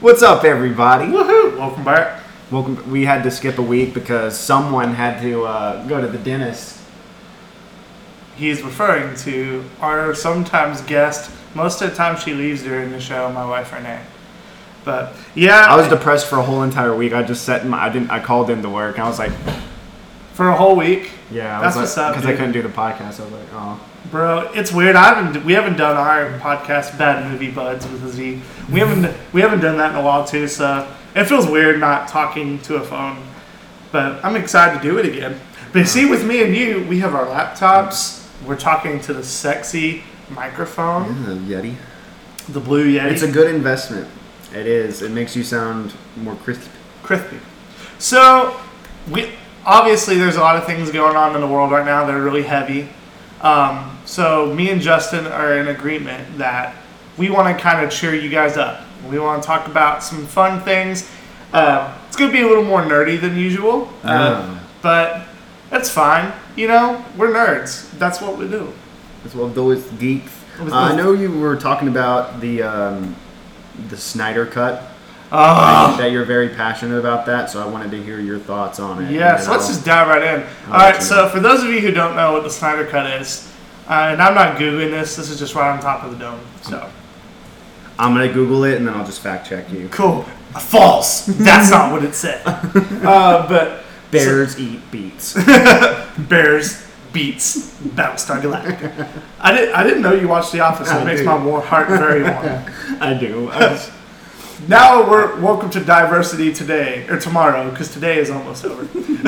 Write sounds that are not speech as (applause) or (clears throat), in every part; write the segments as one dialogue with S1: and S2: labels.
S1: What's up, everybody?
S2: Woohoo! Welcome back.
S1: Welcome. We had to skip a week because someone had to uh, go to the dentist.
S2: He is referring to our sometimes guest. Most of the time, she leaves during the show. My wife Renee. But yeah,
S1: I was depressed for a whole entire week. I just sat in my. I didn't. I called in to work. And I was like,
S2: for a whole week,
S1: yeah, I was
S2: That's
S1: like,
S2: what's up,
S1: because I
S2: dude.
S1: couldn't do the podcast. I was like, oh,
S2: bro. It's weird. I haven't. We haven't done our podcast, Bad Movie Buds with a Z. We haven't. We haven't done that in a while too. So it feels weird not talking to a phone. But I'm excited to do it again. But see, with me and you, we have our laptops. We're talking to the sexy microphone,
S1: Yeti.
S2: the Blue Yeti.
S1: It's a good investment. It is. It makes you sound more crisp.
S2: crispy. So, we obviously there's a lot of things going on in the world right now that are really heavy. Um, so me and Justin are in agreement that we want to kind of cheer you guys up. We want to talk about some fun things. Uh, it's gonna be a little more nerdy than usual, uh,
S1: Yeah.
S2: but that's fine. You know, we're nerds. That's what we do.
S1: As well, those geeks.
S2: Those-
S1: Uh, I know you were talking about the um, the Snyder cut. that you're very passionate about that, so I wanted to hear your thoughts on it.
S2: Yeah,
S1: and
S2: so
S1: then
S2: let's
S1: I'll-
S2: just dive right in. All
S1: let
S2: right,
S1: you
S2: so for those of you who don't know what the Snyder Cut is, uh, and I'm not googling this, this is just right on top of the dome. So
S1: I'm gonna Google it and then I'll just fact check you.
S2: cool, false. That's not what
S1: (laughs)
S2: it said. Uh, but
S1: Bears eat beets.
S2: Bears beats Battlestar Galactica. I didn't. I didn't know you watched The Office. so
S1: I
S2: It makes
S1: do.
S2: my war heart
S1: (laughs)
S2: very warm.
S1: (laughs) I do. I was-
S2: Now we're welcome to diversity today or tomorrow because today is almost over. (laughs)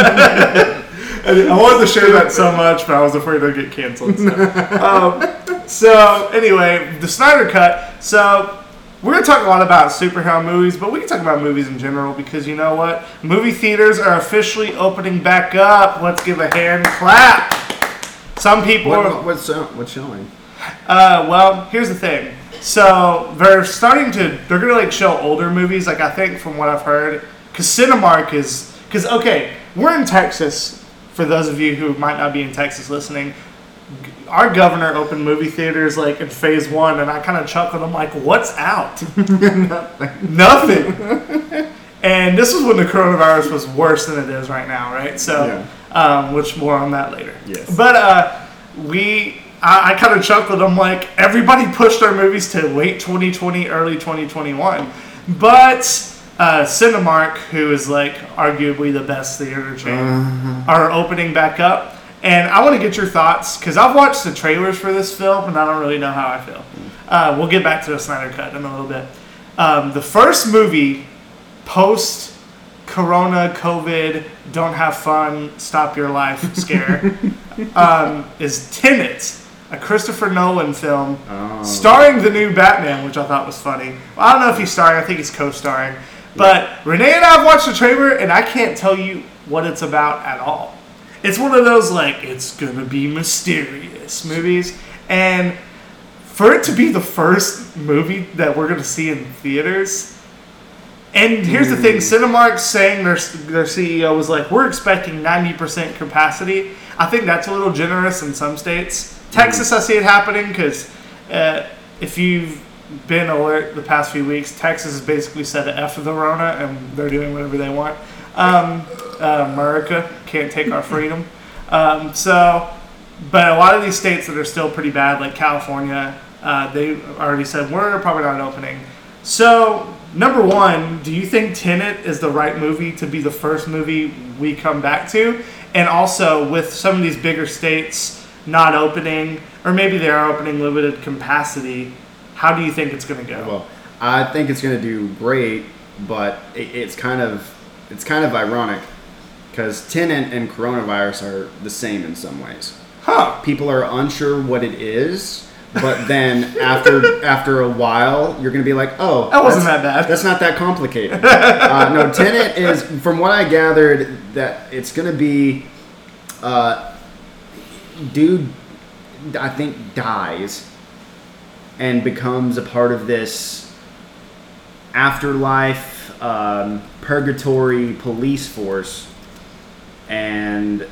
S2: I didn't- I wanted to share that so much, but I was afraid I'd get canceled. So, Um, so anyway, the Snyder Cut. So we're gonna talk a lot about superhero movies, but we can talk about movies in general because you know what? Movie theaters are officially opening back up. Let's give a hand clap. Some people are
S1: what, what's uh, what's showing?
S2: uh, well, here's the thing. So they're starting to they're gonna like show older movies. Like I think from what I've heard, because Cinemark is because okay, we're in Texas. For those of you who might not be in Texas listening, g- our governor opened movie theaters like in phase one, and I kind of chuckled. I'm like, "What's out? (laughs) Nothing." and this was when the coronavirus was worse than it is right now, right? So, um, which more on that later.
S1: Yes.
S2: But uh, we, I, I kind of chuckled. I'm like, everybody pushed our movies to late 2020, early 2021, but. Uh, Cinemark, who is like arguably the best theater chain, are opening back up, and I want to get your thoughts because I've watched the trailers for this film and I don't really know how I feel. Uh, we'll get back to the Snyder Cut in a little bit. Um, the first movie post corona covid don't have fun stop your life scare um, is tenet a christopher nolan film starring the new batman which i thought was funny well, i don't know if he's starring i think he's co-starring but renee and i have watched the trailer and i can't tell you what it's about at all it's one of those like it's gonna be mysterious movies and for it to be the first movie that we're gonna see in theaters and here's the thing: Cinemark's saying their their CEO was like, "We're expecting 90% capacity." I think that's a little generous in some states. Texas, I see it happening because uh, if you've been alert the past few weeks, Texas has basically said the F of the Rona, and they're doing whatever they want. Um, uh, America can't take
S1: (laughs)
S2: our freedom. Um, so, but a lot of these states that are still pretty bad, like California, uh, they already said we're probably not opening. So, number one, do you think Tenet is the right movie to be the first movie we come back to? And also, with some of these bigger states not opening, or maybe they are opening limited capacity, how do you think it's going to go?
S1: Well, I think it's gonna do great, but it, it's kind of it's kind of ironic because tenant and coronavirus are the same in some ways.
S2: huh?
S1: People are unsure what it is, but then after after a while, you're gonna be like, oh,
S2: That wasn't
S1: that's-
S2: that bad.
S1: That's not that complicated. uh, no, Tenet is, from what I gathered, that it's going to be, uh, dude, I think dies and becomes a part of this afterlife um, purgatory police force, and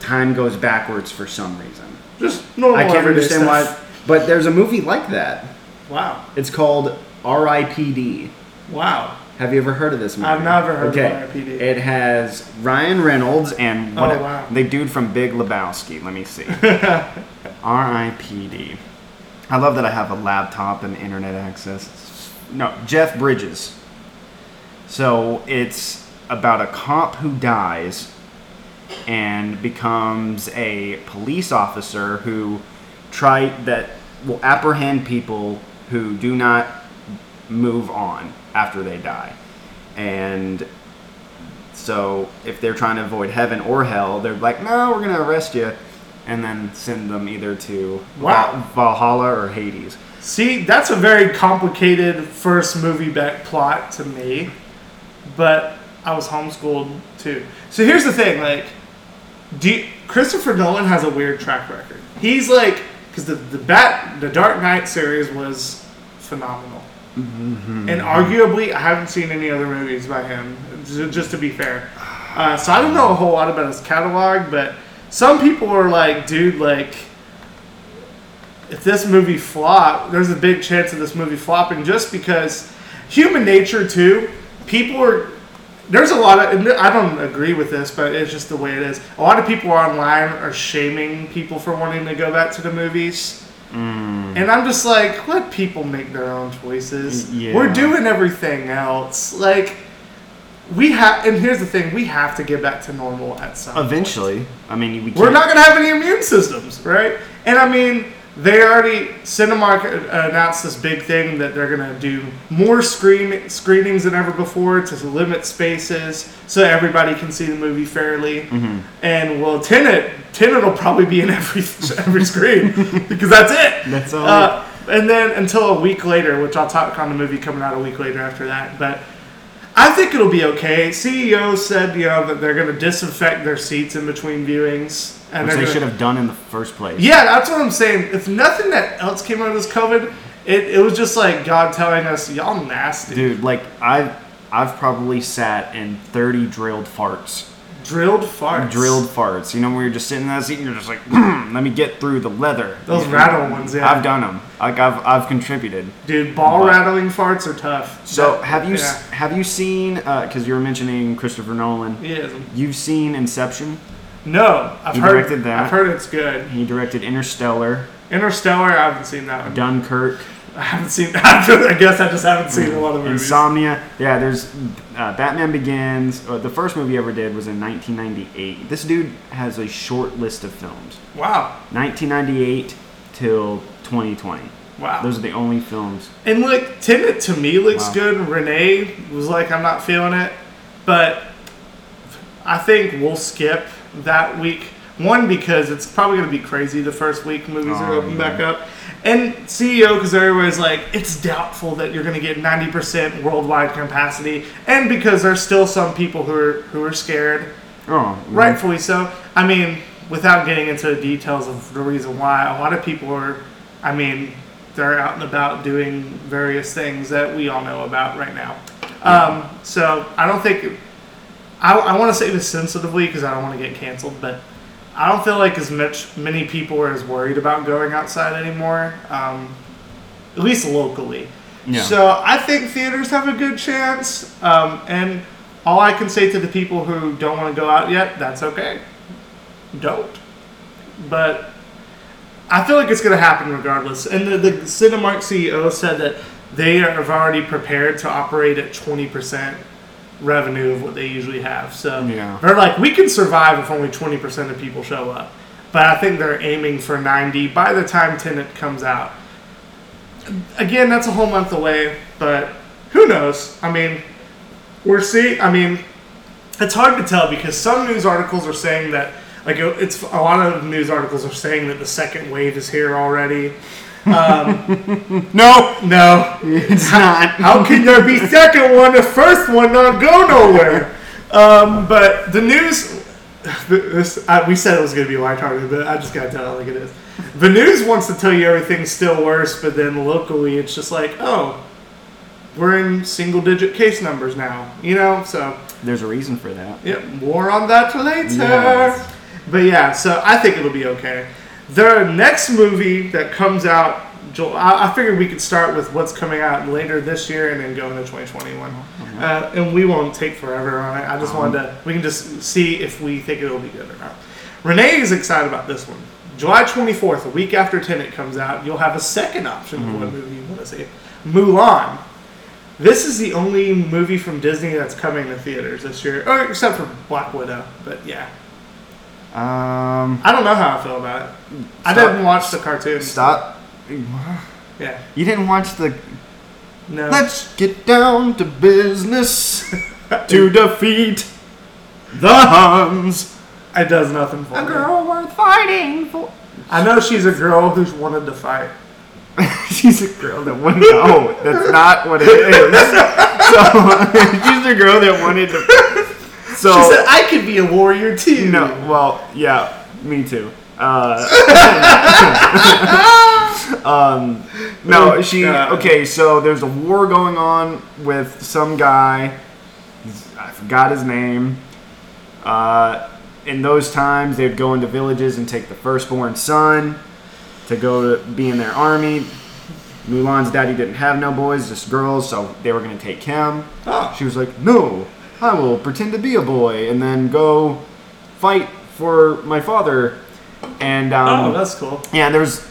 S1: time goes backwards for some reason.
S2: Just normal.
S1: I can't
S2: everyday
S1: understand
S2: stuff.
S1: why, but there's a movie like that.
S2: Wow.
S1: It's called R.I.P.D.
S2: Wow.
S1: Have you ever heard of this movie?
S2: I've never heard of R.I.P.D..
S1: It has Ryan Reynolds and what
S2: Oh, wow.
S1: the dude from Big Lebowski. Let me
S2: (laughs)
S1: see. R.I.P.D. I love that I have a laptop and internet access. No, Jeff Bridges. So it's about a cop who dies and becomes a police officer who try that will apprehend people who do not move on after they die. And so if they're trying to avoid heaven or hell, they're like, no, we're going to arrest you and then send them either to
S2: Wow.
S1: Val- Valhalla or Hades.
S2: See, that's a very complicated first movie back plot to me, but I was homeschooled too. So here's the thing, like, do you- Christopher Nolan has a weird track record. He's like, because the the Bat the Dark Knight series was phenomenal, and arguably I haven't seen any other movies by him. j- Just to be fair, uh, so I don't know a whole lot about his catalog, but some people were like, dude, like if this movie flop, there's a big chance of this movie flopping just because human nature too. People are there's a lot of and I don't agree with this, but it's just the way it is. A lot of people online are shaming people for wanting to go back to the movies. And I'm just like, let people make their own choices.
S1: Yeah.
S2: We're doing everything else. Like we have and here's the thing, we have to get back to normal at some point.
S1: Eventually, I mean, we can't,
S2: We're not going to have any immune systems, right? And I mean, they already Cinemark uh, announced this big thing that they're going to do more screen screenings than ever before to limit spaces so everybody can see the movie fairly.
S1: Mm-hmm.
S2: And well, Tenet, Tenet will probably be in every (laughs) every screen (laughs) because that's it.
S1: That's all.
S2: Uh, and then until a week later, which I'll talk on the movie coming out a week later after that, but. I think it'll be okay. CEO said, you know, that they're going to disinfect their seats in between viewings, and
S1: which they
S2: they're gonna-
S1: should have done in the first place.
S2: Yeah, that's what I'm saying. If nothing that else came out of this COVID, it, it was just like God telling us, y'all nasty.
S1: Dude, like I've I've probably sat in thirty drilled farts.
S2: Drilled farts.
S1: Drilled farts. You know, where you're just sitting in that seat and you're just like, (clears throat) "Hmm, let me get through the leather.
S2: Those rattle ones, yeah.
S1: I've done them. Like I've I've contributed.
S2: Dude, ball
S1: But-
S2: rattling farts are tough.
S1: So have you
S2: Yeah.
S1: s have you seen? Because you were mentioning Christopher Nolan.
S2: Yes.
S1: You've seen Inception.
S2: No, I've
S1: He
S2: heard
S1: directed that.
S2: I've heard it's good.
S1: He directed Interstellar,
S2: Interstellar, I haven't seen that one. (laughs)
S1: Dunkirk,
S2: I haven't seen. (laughs) I guess I just haven't seen
S1: Mm.
S2: a lot of movies.
S1: Insomnia. Yeah, there's uh, Batman Begins. Uh, the first movie he ever did was in 1998. This dude has a short list of films.
S2: wow,
S1: 1998 till 2020.
S2: wow.
S1: Those are the only films.
S2: And like Tenet to me looks
S1: Wow.
S2: good. Renee was like, I'm not feeling it, but I think we'll skip that week. One because it's probably gonna be crazy the first week movies are
S1: Oh,
S2: open back up, and CEO because everybody's like, it's doubtful that you're gonna get 90% worldwide capacity, and because there's still some people who are who are scared
S1: Oh,
S2: rightfully so. I mean, without getting into the details of the reason why, a lot of people are, I mean, they're out and about doing various things that we all know about right now. Um, so I don't think, I, I want to say this sensitively because I don't want to get canceled, but I don't feel like as much many people are as worried about going outside anymore, um, at least locally.
S1: Yeah.
S2: So I think theaters have a good chance, um, and all I can say to the people who don't want to go out yet, that's okay. Don't. But I feel like it's going to happen regardless. And the, the Cinemark CEO said that they are- have already prepared to operate at 20% revenue of what they usually have. So
S1: Yeah.
S2: they're like, we can survive if only 20% of people show up. But I think they're aiming for 90 by the time Tenant comes out. Again, that's a whole month away, but who knows? I mean, we're seeing, I mean, it's hard to tell because some news articles are saying that like it- it's a lot of news articles are saying that the second wave is here already. Um,
S1: no,
S2: No,
S1: (laughs) it's not.
S2: how can there be second one? The first one not go nowhere. Um, but the news, this, I, we said it was going to be lighthearted, but I just got to tell it like it is. The news wants to tell you everything's still worse, but then locally it's just like, oh, we're in single digit case numbers now, you know? So
S1: There's a reason for that.
S2: Yep, more on that later.
S1: Yes.
S2: But yeah, so I think it'll be okay. Their next movie that comes out Joel, I, I figured we could start with what's coming out later this year and then go into 2021. Uh, and we won't take forever on it. I just wanted to, we can just see if we think it'll be good or not. Renee is excited about this one. July 24th, a week after Tenet comes out, you'll have a second option of what movie you want to see. Mulan. This is the only movie from Disney that's coming to theaters this year, or except for Black Widow. But yeah,
S1: Um,
S2: I don't know how I feel about it. I
S1: Stop.
S2: didn't watch the cartoon.
S1: stop.
S2: Yeah.
S1: You didn't watch the.
S2: No.
S1: Let's get down to business to defeat the Huns. (laughs)
S2: It does nothing for me.
S1: worth fighting for.
S2: I know she's a girl who's wanted to fight.
S1: She's a girl that wanted. No, that's not what it is. (laughs) So (laughs) she's a girl that wanted to. So
S2: She said, I could be a warrior too.
S1: Oh. No, well, yeah, me too. Uh, (laughs) um, no, she.
S2: God.
S1: Okay, so there's a war going on with some guy. I forgot his name. Uh, in those times, they'd go into villages and take the firstborn son to go to be in their army. Mulan's daddy didn't have no boys, just girls, so they were gonna take him.
S2: Oh.
S1: She was like, "No, I will pretend to be a boy and then go fight for my father." And
S2: Oh,
S1: um,
S2: that's cool.
S1: yeah, there's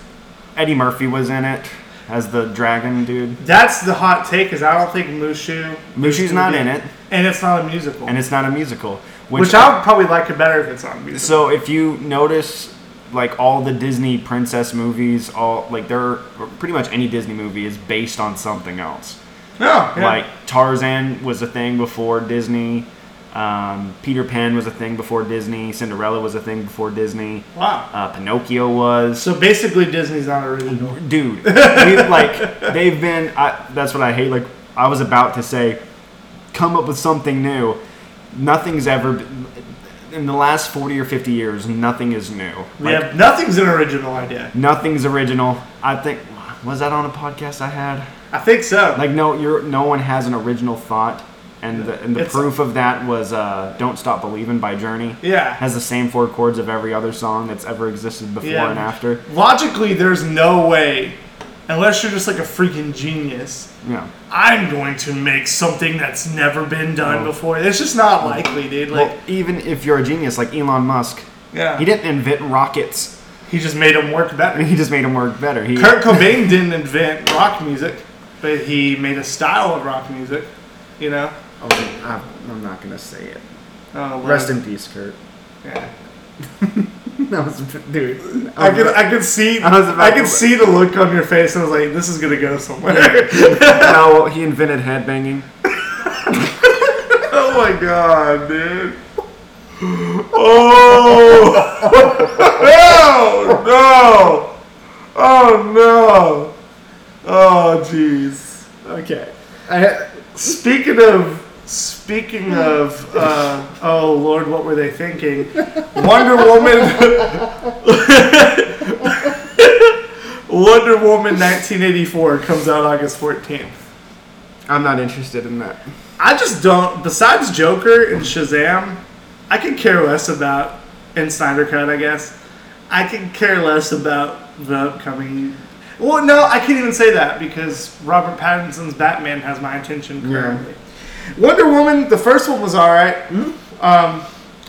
S1: Eddie Murphy was in it as the dragon dude.
S2: That's the hot take, is I don't think Mushu.
S1: Mushu's not in it,
S2: And it's not a musical.
S1: and it's not a musical.
S2: which I would probably like it better if it's on musical.
S1: so if you notice, like all the Disney princess movies, all like they're pretty much any Disney movie is based on something else.
S2: No. Oh, Yeah.
S1: Like Tarzan was a thing before Disney. Um, Peter Pan was a thing before Disney. Cinderella was a thing before Disney.
S2: wow.
S1: Uh, Pinocchio was.
S2: so basically, Disney's not original.
S1: Dude,
S2: (laughs)
S1: we, like they've been. I, that's what I hate. Like I was about to say, come up with something new. Nothing's ever. been- In the last forty or fifty years, nothing is new.
S2: We
S1: Like,
S2: have nothing's an original idea.
S1: Nothing's original. I think was that on a podcast I had.
S2: I think so.
S1: Like no, you're no one has an original thought, and the, and the
S2: It's-
S1: proof of that was uh, "Don't Stop Believing" by Journey.
S2: yeah.
S1: Has the same four chords of every other song that's ever existed before
S2: Yeah.
S1: and after.
S2: Logically, there's no way, unless you're just like a freaking genius,
S1: Yeah.
S2: I'm going to make something that's never been done
S1: Oh.
S2: before. It's just not likely, dude. Like,
S1: well, even if you're a genius like Elon Musk,
S2: yeah,
S1: he didn't invent rockets. (laughs)
S2: He just made them work better.
S1: He just made them work better. He
S2: Kurt Cobain didn't invent rock music, but he made a style of rock music. You know,
S3: Oh, I'm, I'm not gonna say it.
S2: I don't know what-
S3: Rest in peace, Kurt.
S2: Yeah.
S3: (laughs) That was dude.
S1: (laughs)
S2: I could, I could see,
S1: Oh, I was about
S2: I could
S1: to-
S2: see the look on your face. I was like, this is gonna go somewhere. (laughs)
S1: no, he invented headbanging.
S2: oh my god, dude. Oh (laughs) no, no, oh no, oh jeez. Okay.
S3: I,
S2: Speaking of speaking of uh, oh Lord, what were they thinking? Wonder Woman. (laughs) Wonder Woman 1984 comes out August 14th.
S1: I'm not interested in that.
S2: I just don't. Besides Joker and Shazam, I could care less about and Snyder Cut. I guess I could care less about the upcoming. Well, no, I can't even say that because Robert Pattinson's Batman has my attention currently. Wonder Woman, the first one was all right.
S3: Hmm?
S2: Um,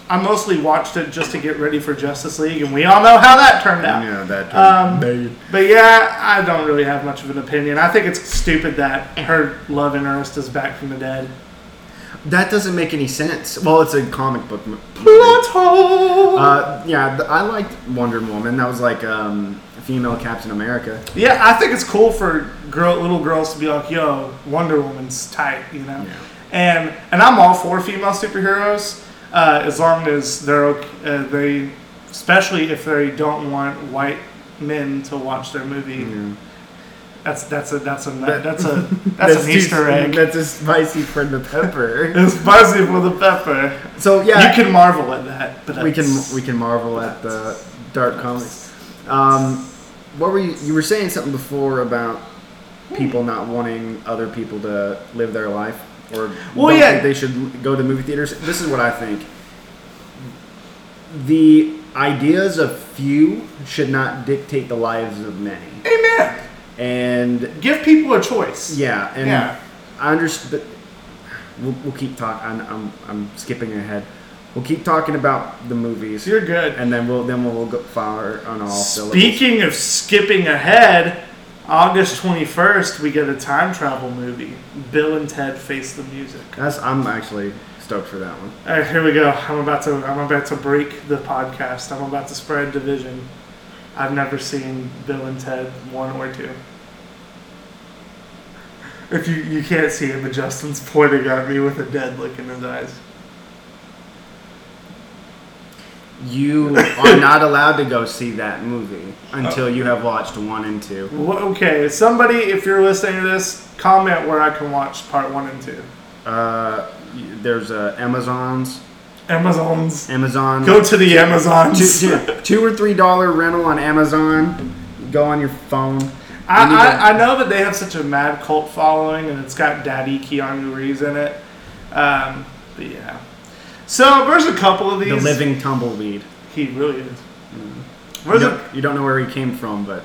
S2: I mostly watched it just to get ready for Justice League, and we all know how that turned out.
S3: yeah, that.
S2: Um,
S3: dude.
S2: But yeah, I don't really have much of an opinion. I think it's stupid that her love interest is back from the dead.
S3: that doesn't make any sense. Well, it's a comic book.
S1: (laughs)
S3: mo-
S2: hole.
S3: Uh, yeah, th- I liked Wonder Woman. That was like um, female Captain America.
S2: yeah, I think it's cool for girl, little girls to be like, "Yo, Wonder Woman's tight," you know.
S3: Yeah.
S2: And and I'm all for female superheroes uh, as long as they're okay, uh, they, especially if they don't want white men to watch their movie. That's that's a that's a
S3: (laughs)
S2: that's a that's, an
S3: too-
S2: Easter
S3: (laughs)
S2: egg.
S3: That's a spicy friend of
S1: (laughs)
S3: pepper.
S2: It's fuzzy with a pepper.
S3: so yeah,
S2: you can marvel at that, but
S3: we can
S2: that's-
S3: we can marvel at the dark comics. Um, what were you? You were saying something before about people not wanting other people to live their life, or
S2: Well,
S3: don't
S2: yeah.
S3: think they should go to movie theaters. This is what I think. The ideas of few should not dictate the lives of many.
S2: Amen.
S1: and
S2: Give people a choice.
S1: yeah, and
S2: Yeah.
S1: I understand. We'll, we'll keep talking. I'm, I'm, I'm skipping ahead. We'll keep talking about the movies,
S2: You're good.
S1: and then we'll then we'll go fire on all syllables.
S2: Speaking of skipping ahead, August 21st, we get a time travel movie Bill and Ted Face the Music.
S1: That's I'm actually stoked for that one.
S2: All right, here we go. I'm about to I'm about to break the podcast. I'm about to spread division. I've never seen Bill and Ted one or two. If you you can't see him, but Justin's pointing at me with a dead look in his eyes.
S1: You are not allowed to go see that movie until you have watched one and two.
S2: Wha- Okay, somebody, if you're listening to this, comment where I can watch part one and two.
S1: Uh, y- there's uh, Amazon's
S2: Amazon's.
S1: Amazon.
S2: Go to the Amazon's.
S1: two, two, two or three dollar rental on Amazon. Go on your phone. You need to-
S2: (laughs) I, I, I know that they have such a mad cult following, and it's got Daddy Keanu Reeves in it. Um, but yeah, so there's a couple of these.
S1: the living Mm-hmm. tumbleweed.
S2: He really is.
S1: You
S2: Where's
S1: don't, you don't know where he came from, but
S2: it?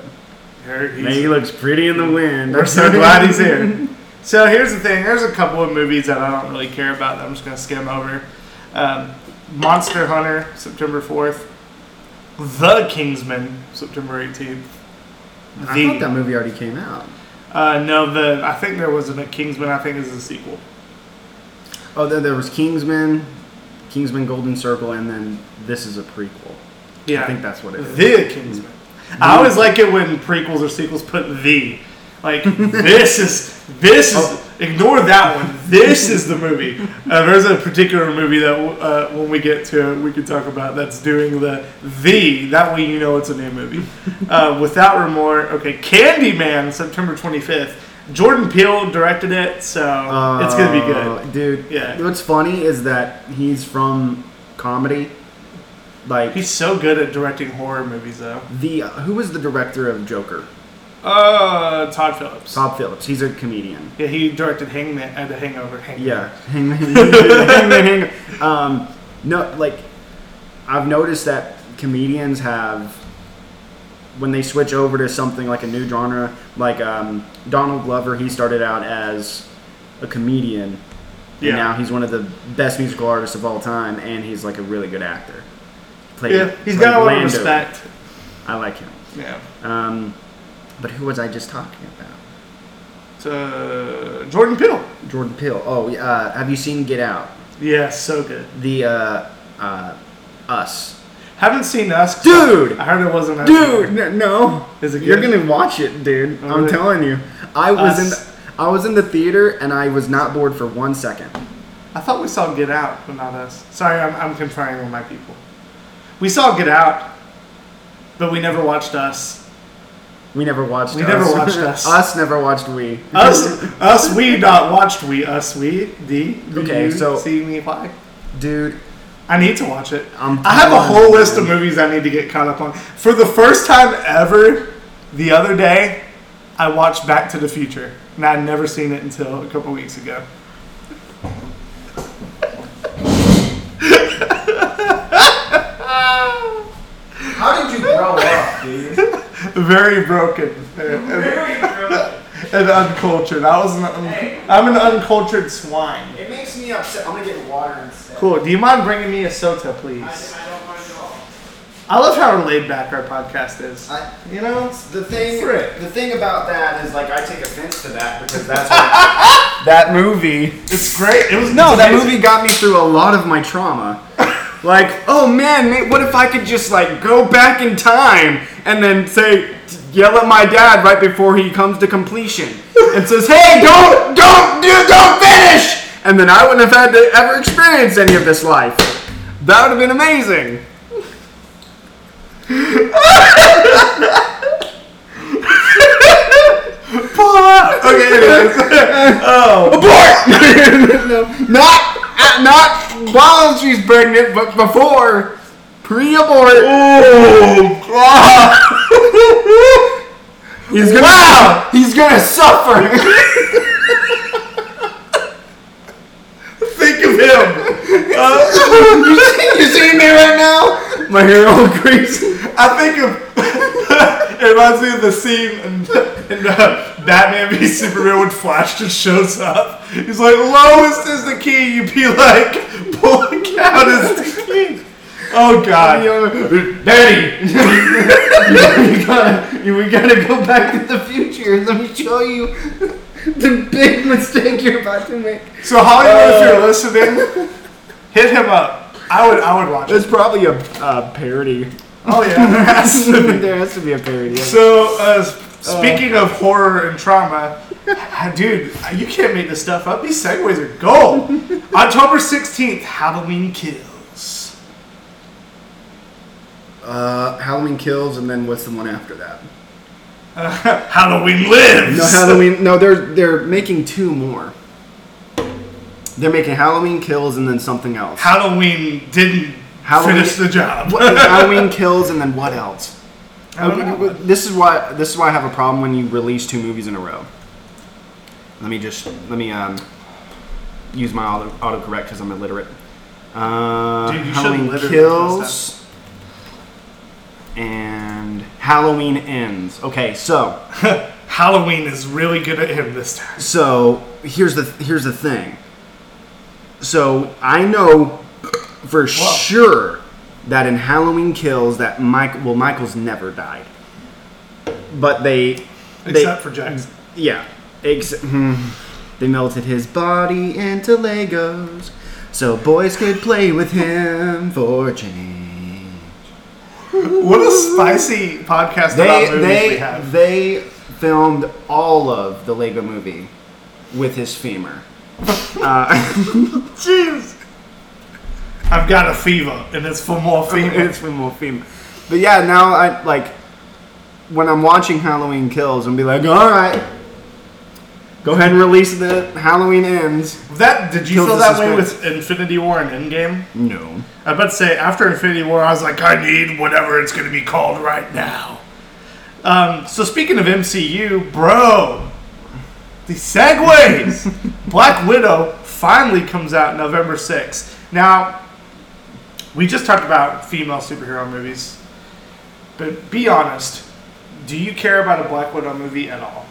S2: Here he's-
S1: man,
S2: (laughs)
S1: he looks pretty in the wind.
S2: We're so glad
S1: (laughs)
S2: he's here. So here's the thing. There's a couple of movies that I don't really care about. That I'm just gonna skim over. Um, Monster Hunter, September 4th. The Kingsman, September 18th.
S1: I thought that movie already came out.
S2: Uh, no, the I think there wasn't a Kingsman. I think it's a sequel.
S1: Oh, there, there was Kingsman, Kingsman Golden Circle, and then this is a prequel.
S2: Yeah,
S1: I think that's what it is.
S2: The Kingsman. I always like it when prequels or sequels put the. (laughs) Like this is this is
S1: Oh.
S2: ignore that one. This is the movie. Uh, there's a particular movie that uh, when we get to it, we can talk about that's doing the the. That way you know it's a new movie. Uh, Without remorse. Okay, Candyman, September 25th. Jordan Peele directed it, so it's gonna be good.
S1: Uh, dude.
S2: Yeah.
S1: What's funny is that he's from comedy. Like
S2: He's so good at directing horror movies though.
S1: the who was the director of Joker?
S2: Uh, Todd Phillips.
S1: Todd Phillips. He's a comedian.
S2: Yeah, he directed Hangman uh, The Hangover. Hangman.
S1: (laughs) Yeah. Hangman- Hangman- Hangman. um, no, like I've noticed that comedians have when they switch over to something like a new genre, like um, Donald Glover, he started out as a comedian.
S2: Yeah.
S1: And now he's one of the best musical artists of all time, and he's like a really good actor. Played,
S2: Yeah, he's
S1: played
S2: got a lot of
S1: Lando.
S2: respect.
S1: I like him.
S2: Yeah.
S1: Um, but who was I just talking about?
S2: So Jordan Peele.
S1: Jordan Peele. Oh, yeah, uh, have you seen Get Out?
S2: Yeah, so good.
S1: the uh, uh, us.
S2: Haven't seen us, 'cause
S1: Dude!
S2: I heard it wasn't us.
S1: Dude, n- no,
S2: Is it
S1: you're
S2: good?
S1: gonna watch it, dude.
S2: Oh,
S1: I'm
S2: really?
S1: telling you. I was in,
S2: Us.
S1: I was in the theater and I was not bored for one second.
S2: I thought we saw Get Out, but not us. Sorry, I'm, I'm conferring with my people. We saw Get Out, but we never
S1: (laughs)
S2: watched us.
S1: We never watched.
S2: We
S1: us.
S2: never
S1: (laughs)
S2: watched Us.
S1: us never watched. We.
S2: Us, us, we not watched. We, us, we, D.
S1: Okay,
S2: you
S1: so-
S2: see me why?
S1: dude.
S2: I need to watch it.
S1: I'm
S2: I have a
S1: telling
S2: whole
S1: you,
S2: list of movies I need to get caught up on. For the first time ever, the other day, I watched Back to the Future, and I'd never seen it until a couple weeks ago.
S4: How did you grow up, dude?
S2: Very broken and, and-
S4: Very grown.
S2: (laughs) and uncultured. I was an un- I'm an uncultured swine.
S1: It makes me upset. I'm gonna get water instead.
S2: Cool. Do you mind bringing me a sota, please?
S1: don't mind at all.
S2: I love how laid back our podcast is.
S1: I,
S2: You know,
S1: the thing,
S2: Frick.
S1: the thing about that is like I take offense to that because
S2: (laughs)
S1: that's what, that movie.
S2: it's great. It was
S1: No, Oh, that
S2: amazing.
S1: movie got me through a lot of my trauma. Like, oh man, ma- what if I could just like go back in time and then say, yell at my dad right before he comes to completion and says, hey, don't, don't, do, don't finish! And then I wouldn't have had to ever experience any of this life. That would have been amazing. Pull up.
S2: Okay, anyways.
S1: (laughs)
S2: oh,
S1: abort! No, not uh, not while she's pregnant, but before pre-abort.
S2: oh, God.
S1: He's gonna
S2: Wow!
S1: he's gonna
S2: (laughs)
S1: suffer. (laughs)
S2: Think of him. Uh,
S1: you, (laughs) see, you see me right now? My hair all greasy.
S2: I think of (laughs) It reminds me of the scene in, in uh, Batman v Superman when Flash just shows up. He's like, lowest is the key. You be like, pulling out is the key. Oh
S5: You
S2: god.
S5: know, Daddy!
S1: we gotta, you- we gotta go back to the future. Let me show you (laughs) the big mistake you're about to make.
S2: So Hollywood, if you're listening, hit him up. I would, I would watch it.
S5: There's probably a uh,
S1: (laughs)
S5: parody.
S2: Oh yeah, there has to be.
S5: there has to be a parody. of it.
S2: So, uh, s- speaking of horror and trauma, dude, you can't make this stuff up. These segues are
S1: (laughs)
S2: gold. October 16th, Halloween Kills.
S1: Uh, Halloween kills, and then what's the one after that?
S2: (laughs) Halloween Lives.
S1: Uh, No, (laughs) Halloween. No, they're they're making two more. They're making Halloween kills and then something else.
S2: Halloween didn't
S1: Halloween-
S2: finish the job. (laughs)
S1: What- Halloween kills and then what else?
S2: I don't know.
S1: Okay, This is why this is why I have a problem when you release two movies in a row. Let me just let me um use my auto autocorrect because I'm illiterate. Uh,
S2: Dude, you shouldn't
S1: Halloween
S2: literate
S1: kills and Halloween ends. Okay, so
S2: Halloween is really good at him this time.
S1: so here's the here's the thing. So I know for sure that in Halloween Kills that Mike well Michael's never died, but they they
S2: Except for Jackson.
S1: yeah ex- hmm. they melted his body into Legos so boys could play with him for a change.
S2: What a spicy podcast about
S1: They
S2: movies we
S1: they
S2: have.
S1: they filmed all of the Lego Movie with his
S2: (laughs)
S1: femur. Uh,
S2: Jeez. I've got a fever, and it's for more fever.
S1: it's from more female. But yeah, now I like when I'm watching Halloween Kills, I'm be like, all right, go ahead and release the Halloween ends.
S2: That did you
S1: Kills
S2: feel
S1: the
S2: that way
S1: suspense.
S2: with Infinity War and Endgame?
S1: No,
S2: I about to say after Infinity War, I was like, I need whatever it's going to be called right now. Um, so speaking of MCU, bro, the (laughs) segues. Black Widow finally comes out November 6th. Now, we just talked about female superhero movies, but be honest, do you care about a Black Widow movie at all?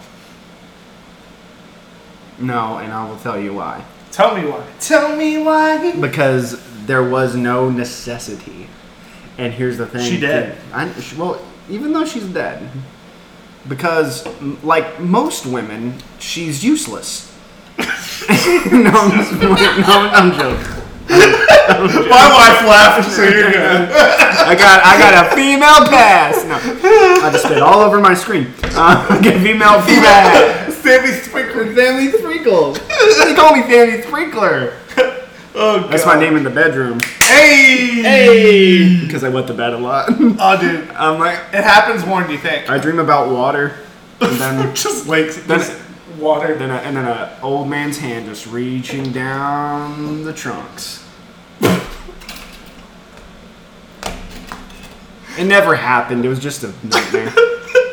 S1: no, and I will tell you why.
S2: Tell me why. Tell me why.
S1: Because there was no necessity. And here's the thing:
S2: She dead.
S1: I, she- well, even though she's dead, because m- like most women, she's useless. (laughs) no, I'm just- (laughs) no, I'm joking.
S2: (laughs) My wife laughed, so you're good.
S1: I got I got a female pass. No, I just spit all over my screen. Uh, (laughs) I get female pass.
S2: (laughs) Sammy Sprinkler.
S1: Family Sprinkle. They call me Family Sprinkler.
S2: Oh, God.
S1: That's my name in the bedroom
S2: Hey!
S1: because I went to bed a lot. (laughs)
S2: Oh, dude.
S1: I'm like,
S2: It happens more than you think.
S1: I dream about water, and then
S2: (laughs) just lakes.
S1: Then-
S2: Just water.
S1: then a, and then an old man's hand just reaching down the trunks. It never happened. It was just a nightmare.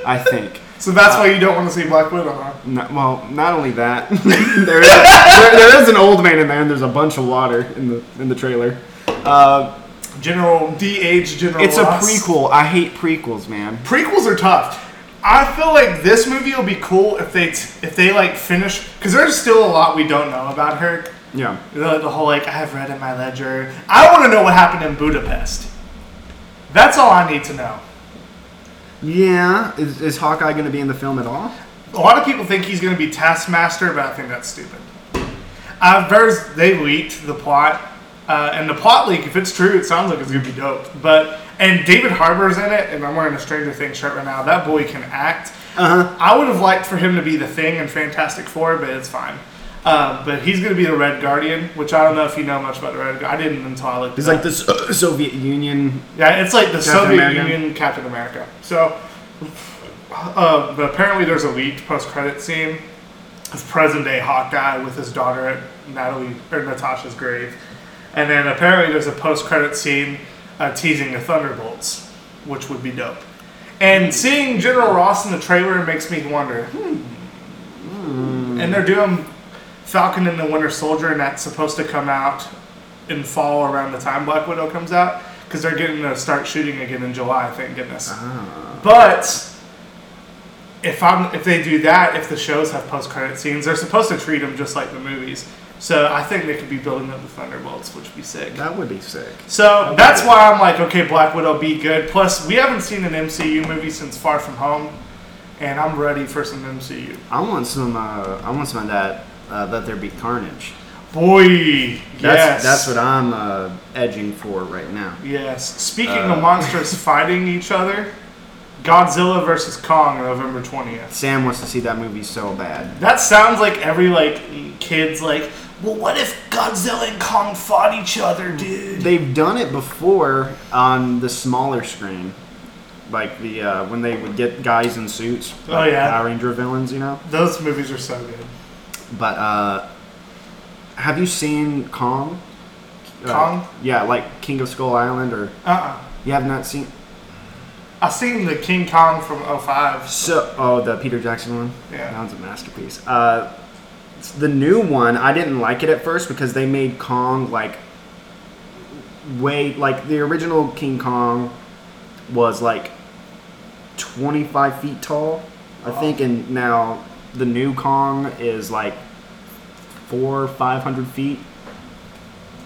S1: I think.
S2: so that's why you don't want to see Black Widow, huh?
S1: No, well, not only that, (laughs) there, is, there, there is an old man in there, and there's a bunch of water in the in the trailer. Uh,
S2: General D.H. General
S1: it's a
S2: Ross.
S1: prequel. I hate prequels, man.
S2: Prequels are tough. I feel like this movie will be cool if they t- if they like finish because there's still a lot we don't know about her.
S1: Yeah,
S2: The, the whole like I have read in my ledger. I want to know what happened in Budapest. That's all I need to know.
S1: yeah. Is, is Hawkeye going to be in the film at all?
S2: A lot of people think he's going to be Taskmaster, but I think that's stupid. Uh, there's, they leaked the plot, uh, and the plot leak, if it's true, it sounds like it's going to be dope. But and David Harbour's in it, and I'm wearing a Stranger Things shirt right now. That boy can act. Uh-huh. I would have liked for him to be the Thing in Fantastic Four, but it's fine. Uh, but he's going to be the Red Guardian, which I don't know if you know much about the Red. Guardian. I didn't until I looked.
S1: It's
S2: it up.
S1: like the So- Soviet Union.
S2: Yeah, it's like the Soviet
S1: America.
S2: Union Captain America. So, uh, but apparently there's a leaked post-credit scene of present-day Hawkeye with his daughter at Natalie or Natasha's grave, and then apparently there's a post-credit scene uh, teasing the Thunderbolts, which would be dope. And seeing General Ross in the trailer makes me wonder. Hmm. And they're doing Falcon and the Winter Soldier, and that's supposed to come out in fall around the time Black Widow comes out because they're getting to start shooting again in July. Thank goodness. But if I'm if they do that, if the shows have post credit scenes, they're supposed to treat them just like the movies. So I think they could be building up the Thunderbolts, which would be sick.
S1: That would be sick.
S2: So that's why I'm like, okay, Black Widow be good. Plus, we haven't seen an MCU movie since Far From Home, and I'm ready for some MCU.
S1: I want some. Uh, I want some of that. Uh, that there be carnage.
S2: Boy,
S1: That's
S2: yes,
S1: that's what I'm uh, edging for right now.
S2: Yes. Speaking
S1: (laughs)
S2: of monsters fighting each other, Godzilla versus Kong, November twentieth.
S1: Sam wants to see that movie so bad.
S2: That sounds like every like kid's like, well, what if Godzilla and Kong fought each other, dude?
S1: They've done it before on the smaller screen, like the uh, when they would get guys in suits.
S2: Oh,
S1: like
S2: yeah.
S1: Power Ranger villains, you know.
S2: Those movies are so good.
S1: But uh, have you seen Kong? Uh,
S2: Kong?
S1: yeah, like King of Skull Island, or
S2: Uh uh
S1: you have not seen.
S2: I seen the King Kong from 05.
S1: So, oh, the Peter Jackson one.
S2: Yeah.
S1: that one's a masterpiece. Uh, it's the new one, I didn't like it at first because they made Kong like way like the original King Kong was like twenty five feet tall, I think, and now the new Kong is like four five hundred feet.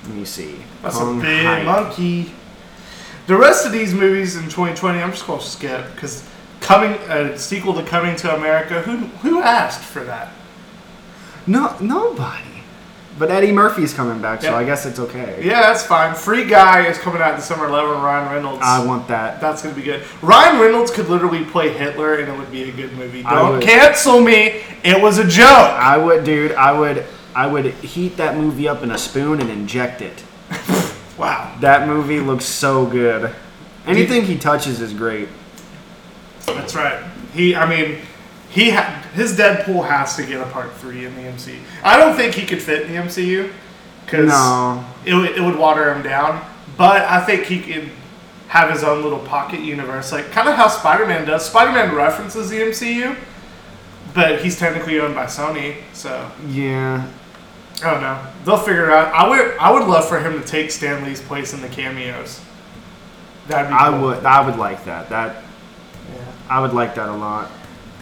S1: Let me see.
S2: That's
S1: Kong
S2: a big
S1: height.
S2: monkey. The rest of these movies in 2020, I'm just gonna skip because coming a sequel to Coming to America. Who who asked for that?
S1: No, nobody. But Eddie Murphy's coming back,
S2: Yeah.
S1: so I guess it's okay.
S2: Yeah, that's fine. Free Guy is coming out December 11. Ryan Reynolds.
S1: I want that.
S2: That's gonna be good. Ryan Reynolds could literally play Hitler, and it would be a good movie.
S1: I
S2: Don't
S1: would-
S2: cancel me. It was a joke.
S1: I would, dude. I would. I would heat that movie up in a spoon and inject it.
S2: Wow.
S1: That movie looks so good. Anything he touches is great.
S2: That's right. He. I mean, he. Ha- his Deadpool has to get a part three in the MCU. I don't think he could fit in the MCU because
S1: No.
S2: it, would- it would water him down. But I think he could have his own little pocket universe, like kind of how Spider Man does. Spider Man references the MCU, but he's technically owned by Sony, so.
S1: Yeah.
S2: I don't know. They'll figure it out. I would I would love for him to take Stan Lee's place in the cameos. That'd be
S1: I
S2: cool.
S1: would. I would like that. That.
S2: Yeah.
S1: I would like that a lot.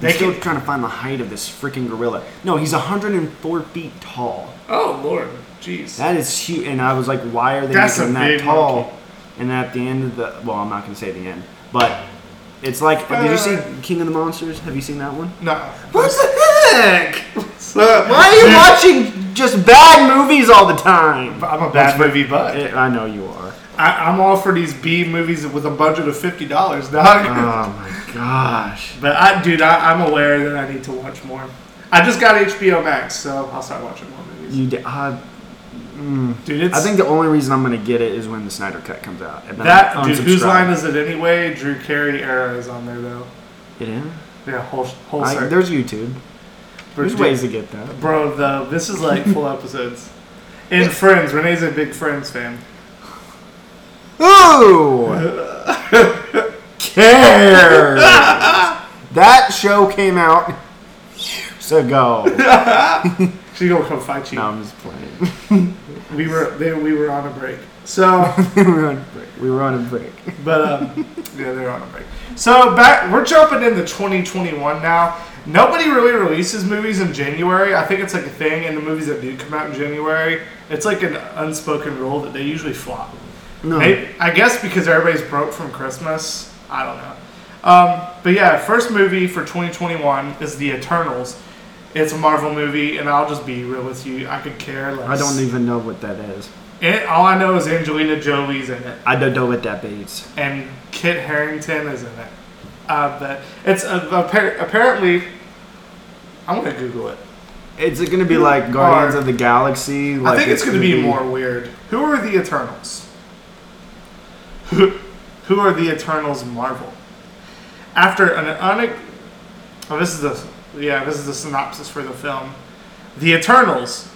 S2: They
S1: They're still
S2: can-
S1: trying to find the height of this freaking gorilla. No, he's 104 feet tall.
S2: Oh lord, jeez.
S1: That is huge. And I was like, why are they
S2: That's
S1: making
S2: a
S1: that
S2: big
S1: tall?
S2: monkey.
S1: And at the end of the, well, I'm not gonna say the end, but it's like, did you see
S2: Uh,
S1: King of the Monsters? Have you seen that one?
S2: no.
S1: What the
S2: (laughs)
S1: heck?
S2: Why
S1: Why are you watching just bad movies all the time?
S2: I'm a bad movie butt.
S1: I know you are.
S2: I, I'm all for these B movies with a budget of fifty dollars, dog.
S1: Oh my gosh.
S2: but I, dude, I, I'm aware that I need to watch more. I just got HBO Max, so I'll start watching more movies.
S1: You d- uh,
S2: Dude, it's
S1: I think the only reason I'm gonna get it is when the Snyder Cut comes out. And then
S2: that
S1: I'm
S2: dude. Whose
S1: unsubscribed.
S2: line is it anyway? Drew Carey era is on there though.
S1: It is.
S2: Yeah, whole whole
S1: I,
S2: circle.
S1: there's YouTube. There's
S2: Dude,
S1: ways to get
S2: (laughs)
S1: that.
S2: Bro, though, this is like
S1: (laughs)
S2: full episodes. In Friends, Renee's a big Friends fan.
S1: Ooh. Care. that show came out years ago.
S2: (laughs) She's gonna come fight you.
S1: No, I'm just playing. (laughs)
S2: We were they, we were on a break. So,
S1: we were on a break. We were on a break.
S2: but
S1: (laughs)
S2: um, yeah, they're on a break. So back, we're jumping into 2021 now. Nobody really releases movies in January. I think it's like a thing. And the movies that do come out in January, it's like an unspoken rule that they usually flop.
S1: No.
S2: Maybe, I guess because everybody's broke from Christmas. I don't know. Um, but yeah, first movie for 2021 is The Eternals. It's a Marvel movie, and I'll just be real with you. I could care less.
S1: I don't even know what that is.
S2: It, all I know is Angelina Jolie's in it,
S1: I don't know what that means.
S2: and Kit Harrington is in it. Uh, but it's a, appar- apparently. I'm gonna Google it.
S1: Is it gonna be like Guardians
S2: Or-
S1: of the Galaxy? Like
S2: I think it's, gonna be more weird. Who are the Eternals? (laughs) Who, who are the Eternals? Marvel. After an un, oh, this is the yeah, this is the synopsis for the film. The Eternals,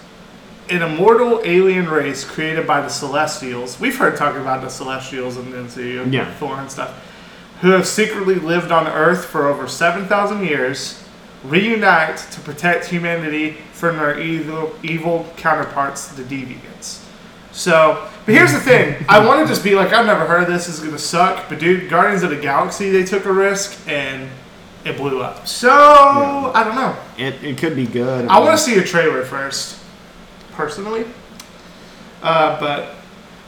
S2: an immortal alien race created by the Celestials. We've heard talking about the Celestials in the MCU,
S1: Yeah.
S2: Thor and stuff, who have secretly lived on Earth for over seven thousand years. Reunite to protect humanity from their evil, evil counterparts, the Deviants. So, but here's the thing. I want to just be like, I've never heard of this. This is gonna suck. But dude, Guardians of the Galaxy, they took a risk, and it blew up. So I don't know.
S1: It, it could be good.
S2: I want to see a trailer first, personally. Uh, but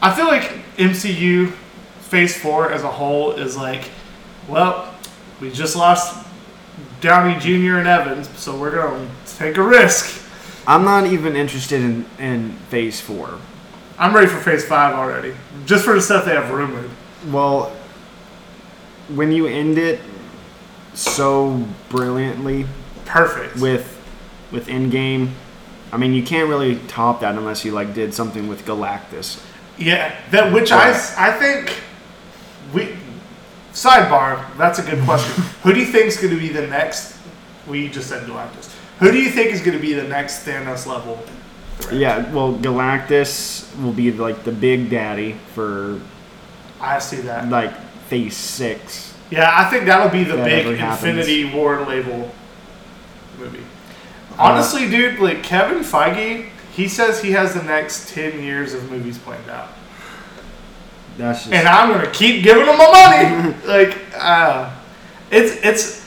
S2: I feel like MCU Phase Four as a whole is like, well, we just lost Downey Jr. and Evans, so we're gonna take a risk.
S1: I'm not even interested in, in Phase Four.
S2: I'm ready for Phase Five already, just for the stuff they have rumored.
S1: Well, when you end it so brilliantly
S2: Perfect.
S1: with with Endgame, I mean you can't really top that unless you like did something with Galactus.
S2: Yeah, that which I s- I think we sidebar. That's a good
S1: (laughs)
S2: question. Who do you think is going to be the next? We just said Galactus. Who do you think is going to be the next Thanos level?
S1: Yeah, well Galactus will be like the big daddy for
S2: I see that.
S1: like Phase Six.
S2: Yeah, I think that'll be the
S1: That
S2: big
S1: never happens.
S2: Infinity War label movie.
S1: Uh,
S2: Honestly, dude, like Kevin Feige, he says he has the next ten years of movies planned out,
S1: That's just
S2: and I'm gonna keep giving him
S1: (laughs)
S2: my money. like, uh, it's it's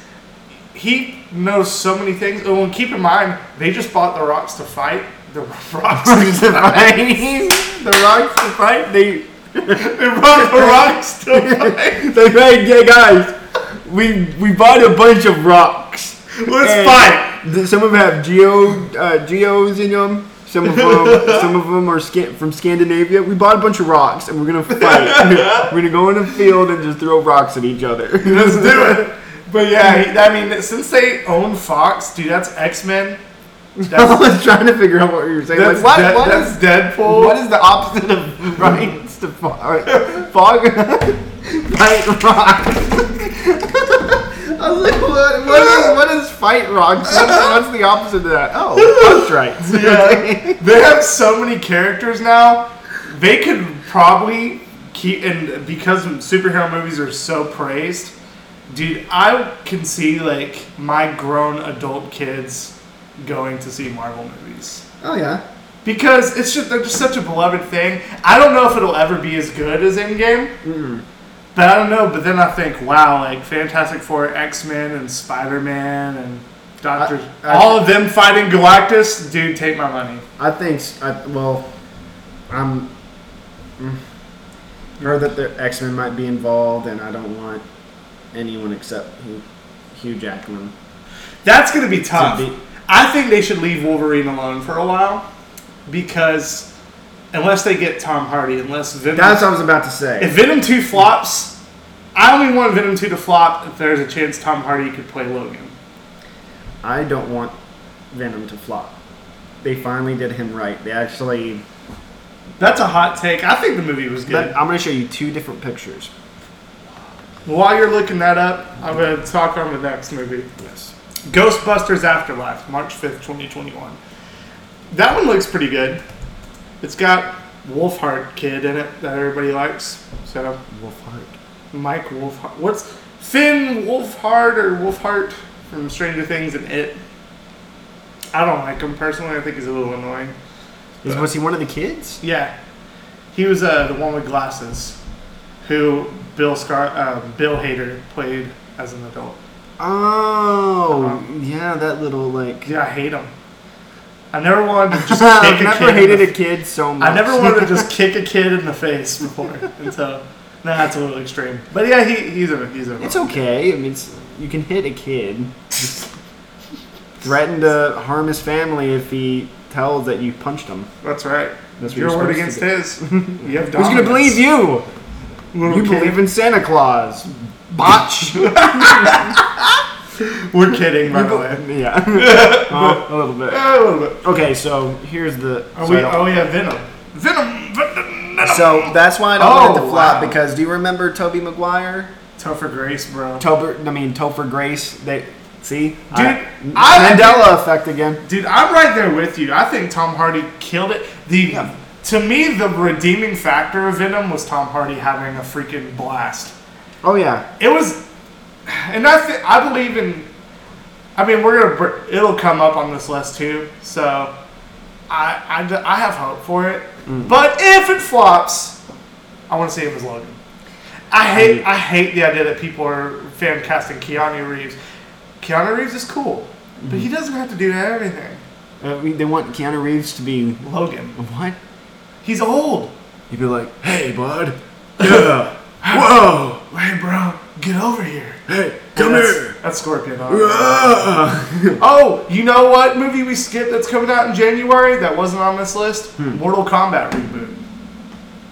S2: he knows so many things. Oh, and keep in mind, they just bought the Rocks to fight. The (laughs)
S1: (laughs)
S2: Rocks to fight.
S1: the rocks to fight. They
S2: They bought the
S1: (laughs)
S2: Rocks to fight.
S1: they made yeah guys. We we bought a bunch of rocks.
S2: Let's
S1: And
S2: fight.
S1: th- Some of them have geo uh, geos in them. Some of them, some of them are sca- from Scandinavia. We bought a bunch of rocks, and we're gonna fight. (laughs) we're gonna go in a field and just throw rocks at each other.
S2: Let's do it. But yeah, he- I mean, since they own Fox, dude, that's X Men.
S1: (laughs) (laughs) I
S2: That's,
S1: was trying to figure out what you were saying.
S2: that's,
S1: Like, what,
S2: Dead-
S1: what
S2: that's
S1: is
S2: Deadpool.
S1: what is the opposite of rights to fog? fog (laughs) fight rocks. I was like, what, what, is, what is fight rocks? What's, what's the opposite of that? Oh, that's right.
S2: Yeah. they have so many characters now. They could probably keep and because superhero movies are so praised, dude, I can see like my grown adult kids going to see Marvel movies.
S1: Oh yeah.
S2: Because it's just they're just such a beloved thing. I don't know if it'll ever be as good as Endgame.
S1: Mm-hmm.
S2: But I don't know. But then I think, wow, like Fantastic Four, X Men, and Spider Man, and Doctor,
S1: I- I-
S2: all of them fighting Galactus. Dude, take my money.
S1: I think s- I, well, I'm. mm, Heard that the X Men might be involved, and I don't want anyone except Hugh, Hugh Jackman.
S2: That's gonna be tough.
S1: be-
S2: I think they should leave Wolverine alone for a while, because unless they get Tom Hardy, unless Venom,
S1: That's what I was about to say.
S2: if Venom two flops, I only want Venom two to flop if there's a chance Tom Hardy could play Logan.
S1: I don't want Venom to flop. They finally did him right. They actually.
S2: That's a hot take. I think the movie was good.
S1: But I'm going to show you two different pictures.
S2: While you're looking that up, I'm going to talk on the next movie
S1: Yes.
S2: Ghostbusters Afterlife, March 5th, 2021. That one looks pretty good. It's got Wolfhard Kid in it that everybody likes. So,
S1: Wolfhard.
S2: Mike Wolfhard. What's Finn Wolfhard or Wolfhart from Stranger Things and It? I don't like him personally. I think he's a little annoying.
S1: Is,
S2: Uh,
S1: was he one of the kids?
S2: Yeah, he was uh, the one with glasses, who Bill Scar, uh, Bill Hader played as an adult.
S1: Oh,
S2: Uh-huh.
S1: yeah, that little, like.
S2: Yeah, I hate him. I never wanted to
S1: (laughs)
S2: just
S1: I've
S2: kick a
S1: never
S2: kid.
S1: hated
S2: in
S1: a
S2: the,
S1: kid so much. (laughs)
S2: I never wanted to just kick a kid in the face before, and so no, that's a little extreme. But yeah, he, he's a he's a.
S1: It's okay. I mean, it's, you can hit a kid.
S2: (laughs)
S1: Just threaten to harm his family if he tells that you punched him.
S2: That's right.
S1: That's what
S2: Your
S1: you're
S2: word
S1: supposed
S2: against
S1: to
S2: his. You have
S1: (laughs) Who's gonna believe you? You believe in Santa Claus,
S2: (laughs)
S1: botch.
S2: We're kidding, by the way.
S1: yeah, (laughs) Well, a little bit.
S2: A little bit.
S1: Okay, so here's the.
S2: Are
S1: so,
S2: we?
S1: I don't-
S2: Oh yeah, Venom. Venom. Venom. Venom.
S3: So that's why I don't want it to
S2: Oh,
S3: flop
S2: wow.
S3: because do you remember Toby Maguire?
S2: Tougher grace, bro.
S1: Tober, I mean Topher Grace. They see, dude.
S2: I-
S1: Mandela effect again.
S2: Dude, I'm right there with you. I think Tom Hardy killed it. The to me, the redeeming factor of Venom was Tom Hardy having a freaking blast.
S1: Oh yeah,
S2: It was, and I thi- I believe in. I mean, we're gonna br- it'll come up on this list too. So, I I, d- I have hope for it. But if it flops, I want to see him as Logan. I hate I hate the idea that people are fan casting Keanu Reeves. Keanu Reeves is cool, but he doesn't have to do everything.
S1: Uh, we- they want Keanu Reeves to be
S2: Logan,
S1: what?
S2: he's old.
S1: He'd be like, "Hey, bud. (laughs) Yeah. Whoa.
S2: Hey, bro, get over here.
S1: Hey, come
S2: that's,
S1: here."
S2: That's Scorpion. all right.
S1: Ah.
S2: Oh, you know what movie we skipped that's coming out in January that wasn't on this list? Mortal Kombat reboot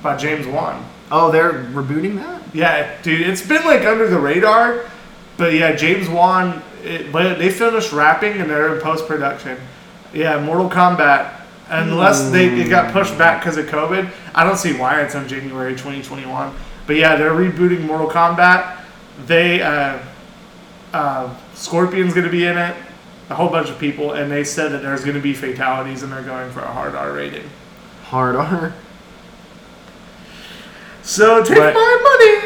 S2: by James Wan.
S1: oh, they're rebooting that.
S2: Yeah, dude, it's been like under the radar, but yeah, James Wan. It, but they finished wrapping and they're in post production. Yeah, Mortal Kombat. Unless they it got pushed back because of COVID, I don't see why it's on January 2021. But yeah, they're rebooting Mortal Kombat. They uh, uh, Scorpion's gonna be in it, a whole bunch of people, and they said that there's gonna be fatalities and they're going for a hard R rating.
S1: Hard R.
S2: So take
S1: But-
S2: my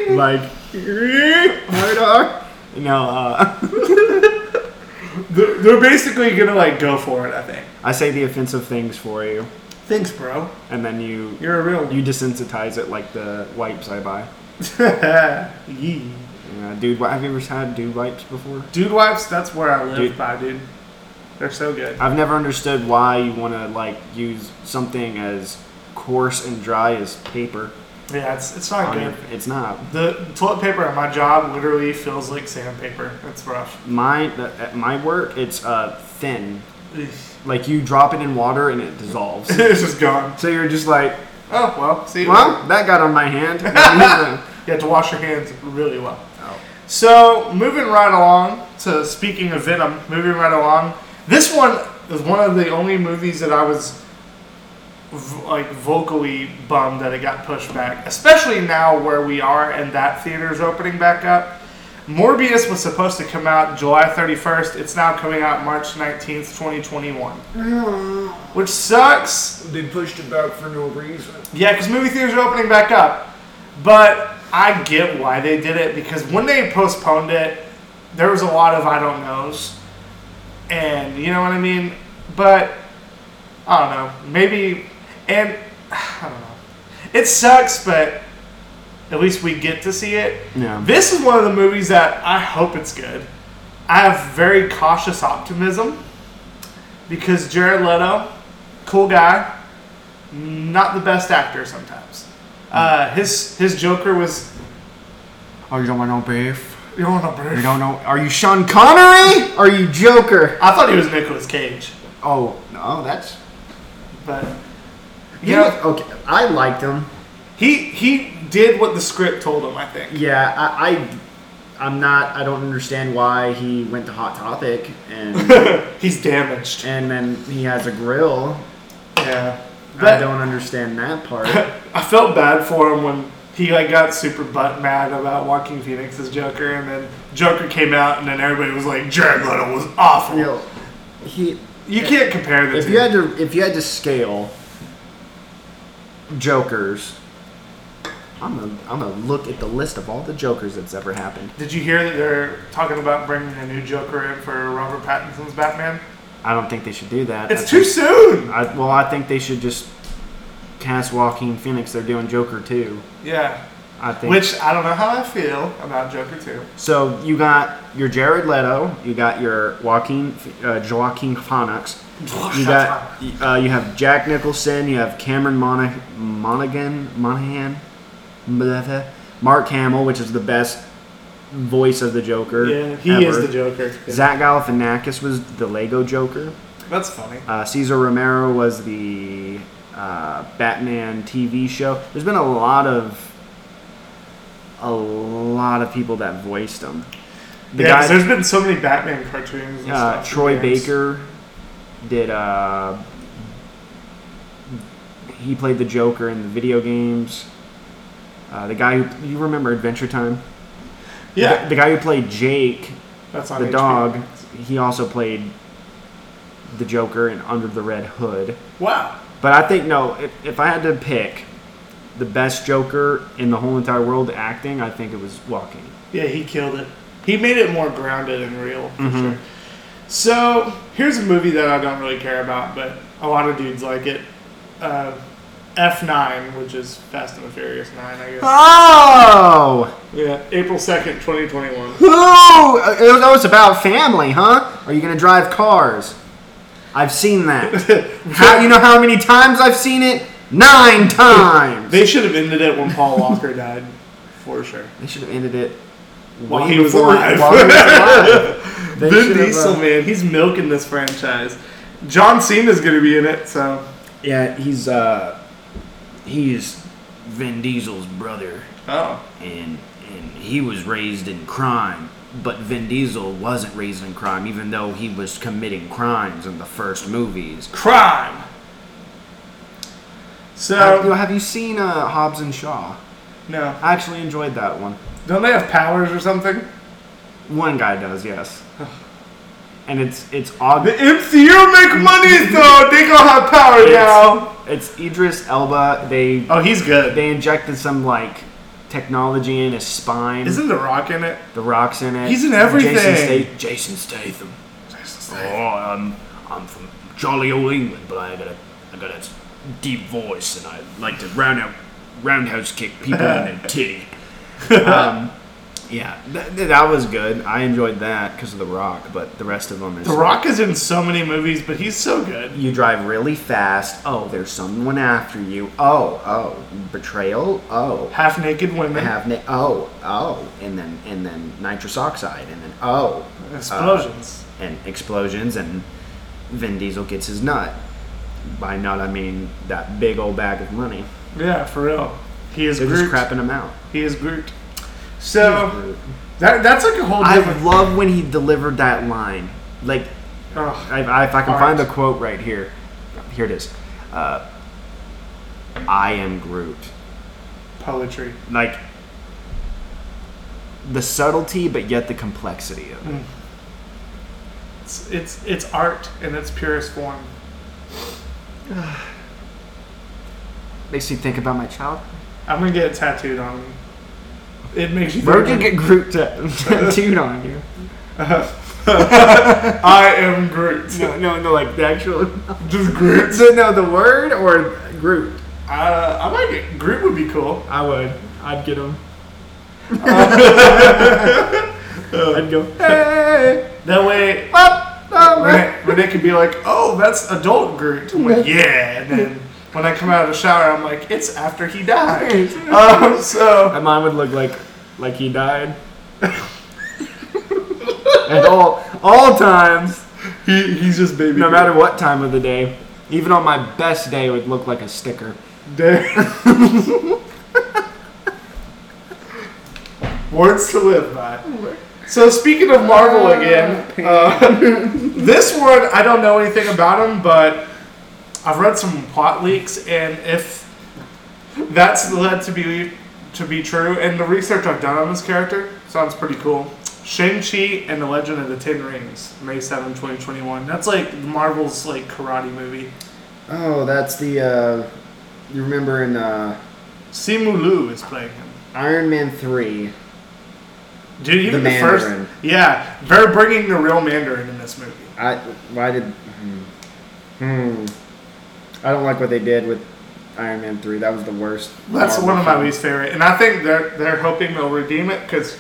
S2: money.
S1: Like
S2: (laughs)
S1: hard R. No, uh, (laughs)
S2: They're, they're basically gonna like go for it. I think.
S1: I say the offensive things for you,
S2: Thanks, bro.
S1: and then you
S2: You're a real.
S1: you desensitize it like the wipes I buy.
S2: (laughs) Yee.
S1: Yeah, dude, wi- have you ever had dude wipes before?
S2: Dude wipes. That's where I live
S1: Dude.
S2: by, dude. They're so good.
S1: I've never understood why you want to like use something as coarse and dry as paper.
S2: Yeah, it's it's not
S1: on your-
S2: good.
S1: It's not.
S2: The toilet paper at my job literally feels like sandpaper. It's (laughs) rough.
S1: My the- at my work, it's uh, thin. Like you drop it in water and it dissolves. (laughs)
S2: it's just gone.
S1: so you're just like,
S2: Oh well. See. you later.
S1: well, that got on my hand. oh,
S2: You have to wash your hands really well. So moving right along to speaking of Venom, moving right along. This one is one of the only movies that I was v- like vocally bummed that it got pushed back, especially now where we are and that theater's opening back up. Morbius was supposed to come out July 31st. It's now coming out March 19th, 2021. Which sucks.
S1: (laughs) they pushed it back for no reason.
S2: Yeah, because movie theaters are opening back up. But I get why they did it because when they postponed it, there was a lot of I don't knows. And you know what I mean? But I don't know. Maybe. And (sighs) I don't know. It sucks, but at least we get to see it.
S1: Yeah.
S2: This is one of the movies that I hope it's good. I have very cautious optimism because Jared Leto, cool guy, not the best actor sometimes. Uh, his his Joker was
S1: Oh, you don't want no beef.
S2: you don't know,
S1: You
S2: bro.
S1: don't know. Are you Sean Connery? Are you Joker?
S2: I thought he was Nicolas Cage,
S1: Oh no, that's
S2: but you
S3: You
S2: know
S3: know, okay, I liked him.
S2: he he did what the script told him. I think.
S3: Yeah, I, I, I'm not. I don't understand why he went to Hot Topic
S1: (laughs)
S3: and
S2: He's damaged.
S3: and then he has a grill.
S2: Yeah,
S3: I
S2: but
S3: don't understand that
S1: (laughs)
S3: part.
S2: I felt bad for him when he like got super butt mad about Joaquin Phoenix's Joker, and then Joker came out, and then everybody was like, Jared Leto was awful.
S3: You know, he.
S2: You can't compare the
S3: If
S2: two.
S3: you had to, if you had to scale Jokers, I'm gonna, I'm gonna look at the list of all the Jokers that's ever happened.
S2: Did you hear that they're talking about bringing a new Joker in for Robert Pattinson's Batman?
S1: I don't think they should do that.
S2: It's
S1: I
S2: too
S1: think-
S2: soon.
S1: I, well, I think they should just cast Joaquin Phoenix. They're doing Joker too.
S2: Yeah.
S1: I think.
S2: Which I don't know how I feel about Joker 2.
S1: so you got your Jared Leto, you got your Joaquin uh, Joaquin Phoenix,
S2: Oh,
S1: you got uh, you have Jack Nicholson, you have Cameron Monag- Monaghan Monahan, blah, blah, Mark Hamill, which is the best voice of the Joker.
S2: yeah, he
S1: ever.
S2: is the Joker.
S1: Zach Galifianakis was the Lego Joker.
S2: That's funny.
S1: Uh, Cesar Romero was the uh, Batman TV show. There's been a lot of a lot of people that voiced him. The
S2: yeah, 'cause
S1: guy,
S2: there's been so many Batman cartoons. And
S1: uh,
S2: stuff
S1: Troy
S2: and games.
S1: Baker, did. Uh, he played the Joker in the video games. Uh, the guy who you remember Adventure Time.
S2: Yeah,
S1: The, the guy who played Jake,
S2: that's on
S1: the
S2: HBO.
S1: dog. He also played the Joker in Under the Red Hood.
S2: Wow.
S1: But I think no, if, if I had to pick the best Joker in the whole entire world acting, I think it was Joaquin.
S2: Yeah, he killed it. He made it more grounded and real for sure. So here's a movie that I don't really care about, but a lot of dudes like it. Uh, F9, which is Fast and the Furious 9, I guess.
S1: Oh!
S2: Yeah, April 2nd, 2021.
S1: Ooh! It was, oh, it's about family, huh? Are you gonna drive cars? I've seen
S2: (laughs)
S1: that. how, you know how many times I've seen it? Nine
S2: (laughs)
S1: times!
S2: They should have ended it when Paul Walker died, for sure.
S1: They should have ended it
S2: While
S1: way
S2: he was
S1: before-
S2: alive.
S1: While he was
S2: (laughs)
S1: alive. They
S2: Vin
S1: should have,
S2: Diesel,
S1: uh,
S2: man, he's milking this franchise. John Cena's going to be in it, so.
S3: Yeah, he's uh, he's Vin Diesel's brother,
S2: Oh.
S3: and and he was raised in crime. But Vin Diesel wasn't raised in crime, even though he was committing crimes in the first movies.
S2: Crime!
S1: Have you,
S2: So,
S1: have you seen uh, Hobbs and Shaw?
S2: no.
S1: I actually enjoyed that one.
S2: Don't they have powers or something?
S1: One guy
S3: (sighs)
S1: does, yes. And it's it's Aug-
S2: The MCU make money, so they gonna have power now.
S1: it's Idris Elba. They
S2: Oh, he's good.
S1: they injected some like technology in his spine.
S2: Isn't The Rock in it?
S1: the rocks in it?
S2: He's in everything.
S1: Jason, Stat- Jason Statham.
S3: Oh, I'm I'm from jolly old England, but I got a I got a deep voice, and I like to roundhouse roundhouse kick people in their
S2: (laughs)
S3: titty. Um,
S1: Yeah, th- th- that was good. I enjoyed that because of the Rock, but the rest of them is
S2: The Rock is in so many movies, but he's so good.
S1: You drive really fast. Oh, there's someone after you. Oh, oh, betrayal. Oh,
S2: Half naked women,
S1: have na- oh oh and then and then nitrous oxide and then oh
S2: explosions.
S1: uh, and explosions and Vin Diesel gets his nut. By nut I mean that big old bag of money.
S2: yeah, for real. He is
S1: They're just
S2: Groot.
S1: crapping him out.
S2: He is Groot. So that that's like a whole
S1: I
S2: different.
S1: love when he delivered that line. Like
S2: Ugh.
S1: I, I, if I can
S2: Art.
S1: find the quote right here, here it is. Uh, I am Groot.
S2: poetry.
S1: Like the subtlety, but yet the complexity of it.
S2: It's, it's it's art in its purest form.
S1: Makes me think about my childhood.
S2: I'm gonna get it tattooed on. me. It makes you.
S1: Where
S2: think-
S1: did you get Groot ta- (laughs) tattooed on you?
S2: I am Groot.
S1: No, no, no, like
S3: (laughs)
S1: the actual.
S2: Just Groot.
S1: So, no, the word or Groot?
S2: Uh, I might get Groot would be cool.
S1: I would. I'd get
S3: (laughs)
S1: him. I'd go, hey,
S2: That way,
S1: up,
S2: Renee, Renee could be like, "Oh, that's adult Groot." I'm like, "Yeah," and then when I come out of the shower, I'm like, "It's after he died." Um, so
S1: And mine would look like, like he
S3: (laughs)
S1: died. At all, all times,
S2: he, he's just baby.
S1: no matter what time of the day, even on my best day, it would look like a sticker.
S2: Words to live by. So speaking of Marvel again, uh, this one I don't know anything about him, but I've read some plot leaks, and if that's led to be to be true, and the research I've done on this character sounds pretty cool. Shang Chi and the Legend of the Ten Rings, May 7, 2021. That's like Marvel's like karate movie.
S3: Oh, that's the uh, you remember in uh,
S2: Simu Liu is playing him.
S3: Iron Man three.
S2: Dude, even the,
S3: The
S2: first,
S3: Mandarin.
S2: yeah, they're bringing the real Mandarin in this movie.
S3: I why did hmm. hmm. I don't like what they did with Iron Man three. That was the worst.
S2: That's
S3: Marvel
S2: one of my
S3: film.
S2: least favorite, and I think they're they're hoping they'll redeem it because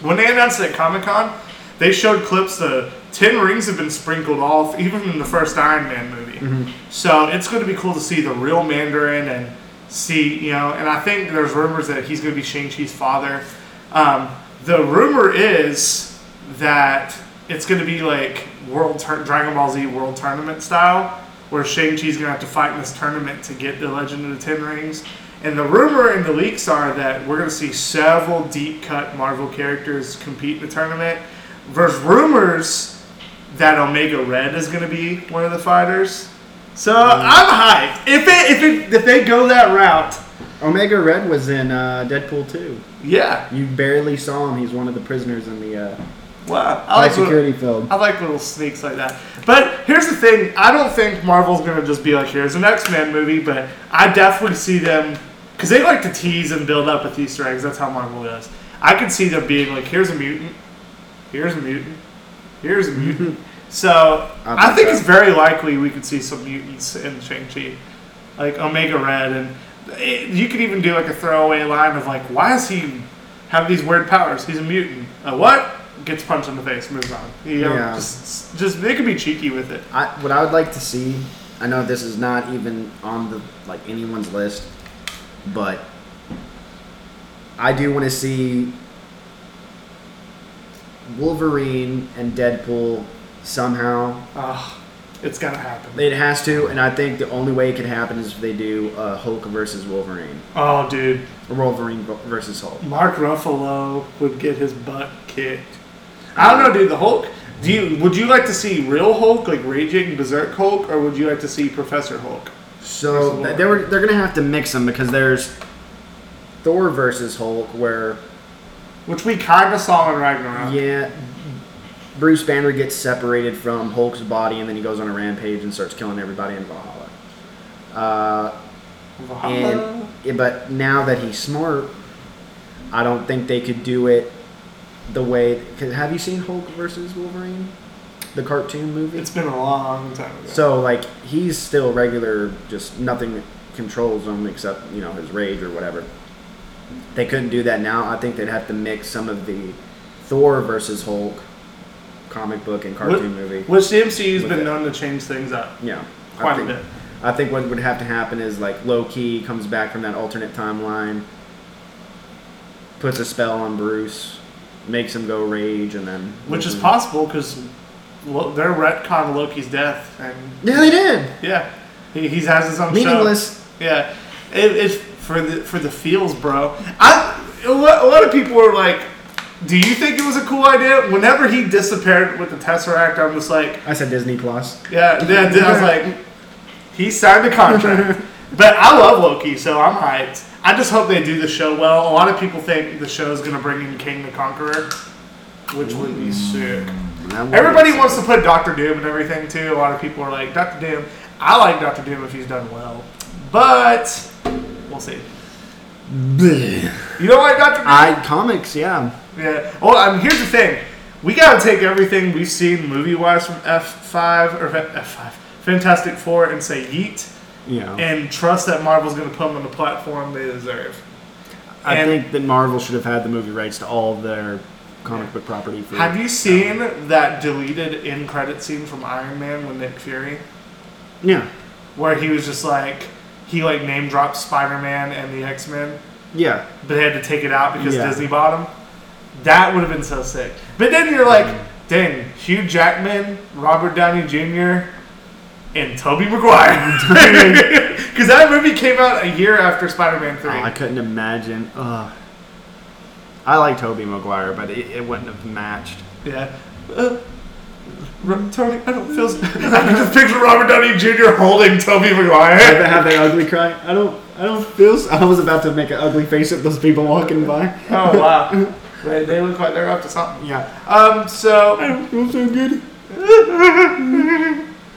S2: when they announced it at Comic Con, they showed clips. The Ten Rings have been sprinkled off, even in the first Iron Man movie.
S3: Mm-hmm.
S2: So it's going to be cool to see the real Mandarin and see you know. And I think there's rumors that he's going to be Shang Chi's father. Um, the rumor is that it's going to be like World Tur- Dragon Ball Z World Tournament style, where Shang Chi's going to have to fight in this tournament to get the Legend of the Ten Rings. And the rumor and the leaks are that we're going to see several deep cut Marvel characters compete in the tournament. There's rumors that Omega Red is going to be one of the fighters. So I'm hyped. If it, if it, if they go that route,
S3: Omega Red was in uh, Deadpool two.
S2: yeah.
S3: You barely saw him. He's one of the prisoners in the uh,
S2: Wow. I
S3: high
S2: like what-
S3: security film.
S2: I like little sneaks like that. But here's the thing: I don't think Marvel's gonna just be like, "Here's an X Men movie," but I definitely see them because they like to tease and build up with Easter eggs. That's how Marvel does. I could see them being like, "Here's a mutant, here's a mutant, here's
S3: (laughs)
S2: a mutant." so
S3: I
S2: I
S3: think
S2: think
S3: so.
S2: it's very likely we could see some mutants in Shang Chi. like Omega Red, and it, you could even do like a throwaway line of like, why does he have these weird powers? He's a mutant. A what? Gets punched in the face, moves on. You know,
S3: Yeah.
S2: just just they could be cheeky with it.
S3: I, what I would like to see, I know this is not even on the like anyone's list, but I do want to see Wolverine and Deadpool somehow.
S2: Ugh, Ah, it's gotta happen.
S3: It has to, and I think the only way it could happen is if they do uh, Hulk versus Wolverine,
S2: Oh, dude,
S3: or Wolverine vo- versus Hulk.
S2: Mark Ruffalo would get his butt kicked. I don't know, dude. The Hulk. Do you would you like to see real Hulk, like raging berserk Hulk, or would you like to see Professor Hulk?
S3: So th- they were they're gonna have to mix them because there's Thor versus Hulk where
S2: Which we kind of saw in Ragnarok.
S3: Yeah. Bruce Banner gets separated from Hulk's body and then he goes on a rampage and starts killing everybody in Valhalla. Uh, and,
S2: Valhalla.
S3: yeah, but now that he's smart, I don't think they could do it the way. Cause have you seen Hulk versus Wolverine? The cartoon movie?
S2: It's been a long time ago.
S3: so, like, he's still regular, just nothing controls him except, you know, his rage or whatever. They couldn't do that now. I think they'd have to mix some of the Thor versus Hulk comic book and
S2: Wh-
S3: cartoon movie.
S2: Which the MCU's
S3: With
S2: been
S3: it.
S2: known to change things up.
S3: Yeah.
S2: Quite
S3: I
S2: a
S3: think,
S2: bit.
S3: I think what would have to happen is like Loki comes back from that alternate timeline, puts a spell on Bruce, makes him go rage, and then.
S2: Which is possible because lo- they're retcon Loki's death. And
S3: Yeah, they did.
S2: yeah, he, he has his own
S3: Meaningless.
S2: show. Yeah. It, it's for the, for the feels, bro. I, a, lot, a lot of people were like, do you think it was a cool idea? Whenever he disappeared with the Tesseract, I'm just like,
S3: I said Disney Plus.
S2: Yeah, yeah, dude, I was like, he signed a contract. but I love Loki, so I'm hyped. I just hope they do the show well. A lot of people think the show is going to bring in King the Conqueror, which would be sick. Everybody wants to put Doctor Doom and everything, too. A lot of people are like, Doctor Doom. I like Doctor Doom if he's done well. But we'll see. You don't like Doctor Doom?
S3: I comics, yeah.
S2: Yeah. Well, I mean, here's the thing. We gotta take everything we've seen movie-wise from F5 or F5, Fantastic Four, and say yeet,
S1: Yeah.
S2: and trust that Marvel's gonna put them on the platform they deserve.
S1: I
S2: and-
S1: think that Marvel should have had the movie rights to all of their comic book property for
S2: Have you seen that deleted end credit scene from Iron Man with Nick Fury,
S1: Yeah.
S2: where he was just like he like name dropped Spider-Man and the X-Men,
S1: Yeah.
S2: but they had to take it out because
S1: Yeah.
S2: Disney bought them? That would have been so sick. But then you're like, dang, Hugh Jackman, Robert Downey Jr., and Toby
S1: (laughs)
S2: Maguire. (laughs) Because that movie came out a year after Spider Man 3.
S1: Oh, I couldn't imagine. Ugh. I like Toby Maguire, but it, it wouldn't have matched.
S2: yeah. Uh, Ro- Tony, I don't
S1: (laughs)
S2: feel. s- I can just picture Robert Downey Jr. holding Toby Maguire.
S1: Have, have that ugly cry. I don't. I don't feel. s- I was about to make an ugly face at those people walking by.
S2: (laughs) Oh, wow. They, they look like they're up to something.
S1: Yeah.
S2: Um, so.
S1: I feel so good. (laughs)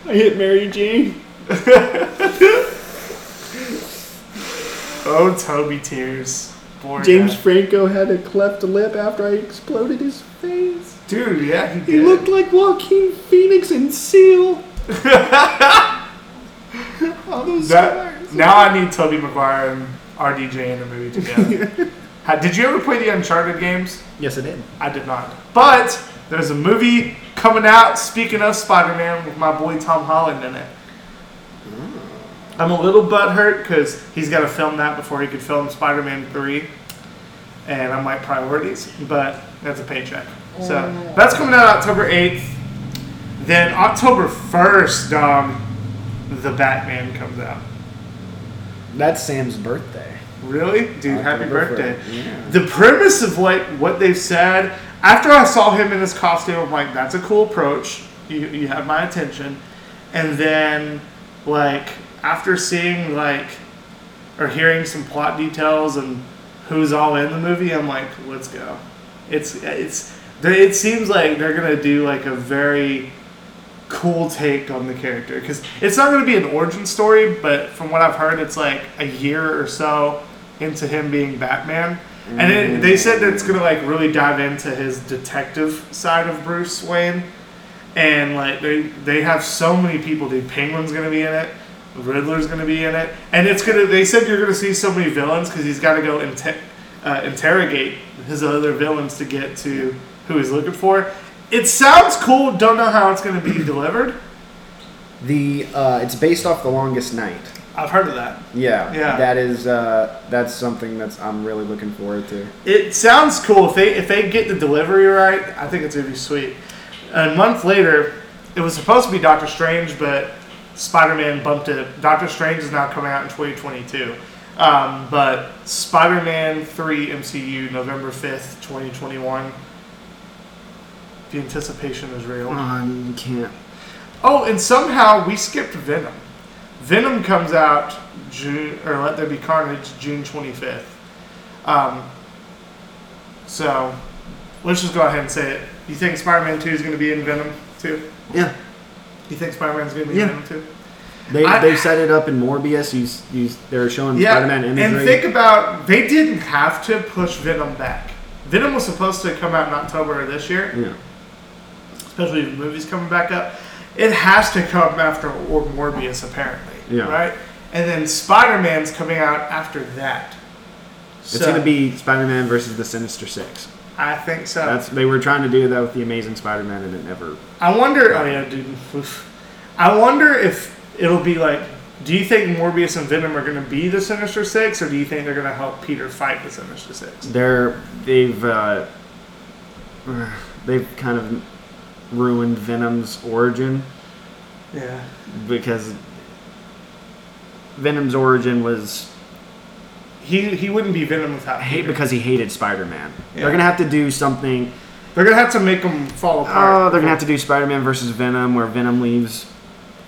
S1: I hit Mary Jane.
S2: Oh, Toby tears. Boy,
S1: James
S2: yeah.
S1: Franco had a cleft lip after I exploded his face.
S2: Dude, yeah, he did.
S1: He looked like Joaquin Phoenix in
S2: (laughs)
S1: Seal. All those
S2: That,
S1: scars.
S2: now I need Toby Maguire and RDJ in the
S1: (laughs)
S2: movie together. Ha- did you ever play the Uncharted games?
S3: Yes, I did.
S2: I did not. But there's a movie coming out, speaking of Spider Man, with my boy Tom Holland in it. I'm a little butthurt because he's got to film that before he could film Spider Man 3. And I'm like, priorities. But that's a paycheck. So that's coming out October 8th. Then October 1st, Dom, the Batman comes out.
S3: That's Sam's birthday.
S2: Really? Dude, happy
S3: October
S2: birthday.
S3: first, yeah.
S2: The premise of like what they've said, after I saw him in his costume, I'm like, that's a cool approach. You, you have my attention. And then like after seeing like or hearing some plot details and who's all in the movie, I'm like, let's go. It's it's they- it seems like they're gonna do like a very cool take on the character because it's not going to be an origin story, but from what I've heard, it's like a year or so into him being Batman, and it, they said that it's going to like really dive into his detective side of Bruce Wayne, and like they they have so many people. The Penguin's going to be in it. Riddler's gonna be in it, and it's gonna. They said you're gonna see so many villains because he's got to go inter- uh, interrogate his other villains to get to who he's looking for. It sounds cool. Don't know how it's gonna be delivered.
S1: The uh, it's based off the longest night.
S2: I've heard of that.
S1: Yeah,
S2: Yeah.
S1: That is uh, that's something that's I'm really looking forward to.
S2: It sounds cool. If they if they get the delivery right, I think it's gonna be sweet. A month later, it was supposed to be Doctor Strange, but Spider-Man bumped it. Doctor Strange is now coming out in 2022. Um, but Spider-Man 3 MCU November 5th, 2021. The anticipation is real.
S1: Um, can't.
S2: Oh, and somehow we skipped Venom. Venom comes out June, or Let There Be Carnage, June 25th. Um, so, let's just go ahead and say it. You think Spider Man 2 is going to be in Venom 2?
S1: Yeah,
S2: You think Spider Man's going to be
S1: Yeah.
S2: in Venom 2?
S1: they
S2: I-
S1: they set it up in Morbius. You, s- you s- they're showing Spider-Man imagery.
S2: And think about they didn't have to push Venom back. Venom was supposed to come out in October of this year,
S1: yeah,
S2: especially if the movie's coming back up. It has to come after or Morbius, apparently.
S1: Yeah.
S2: Right? And then Spider Man's coming out after that.
S1: it's gonna be Spider-Man versus the Sinister Six.
S2: I think so.
S1: That's they were trying to do that with the Amazing Spider-Man, and it never.
S2: I wonder. Oh yeah, dude. Oof. I wonder if it'll be like. Do you think Morbius and Venom are going to be the Sinister Six, or do you think they're going to help Peter fight the Sinister Six?
S1: They're they've uh, they've kind of ruined Venom's origin.
S2: Yeah.
S1: because Venom's origin was
S2: He he wouldn't be Venom without.
S1: hate
S2: Peter.
S1: because he hated Spider-Man.
S2: Yeah.
S1: They're gonna have to do something.
S2: They're gonna have to make them fall apart.
S1: Oh, they're gonna have to do Spider-Man versus Venom, where Venom leaves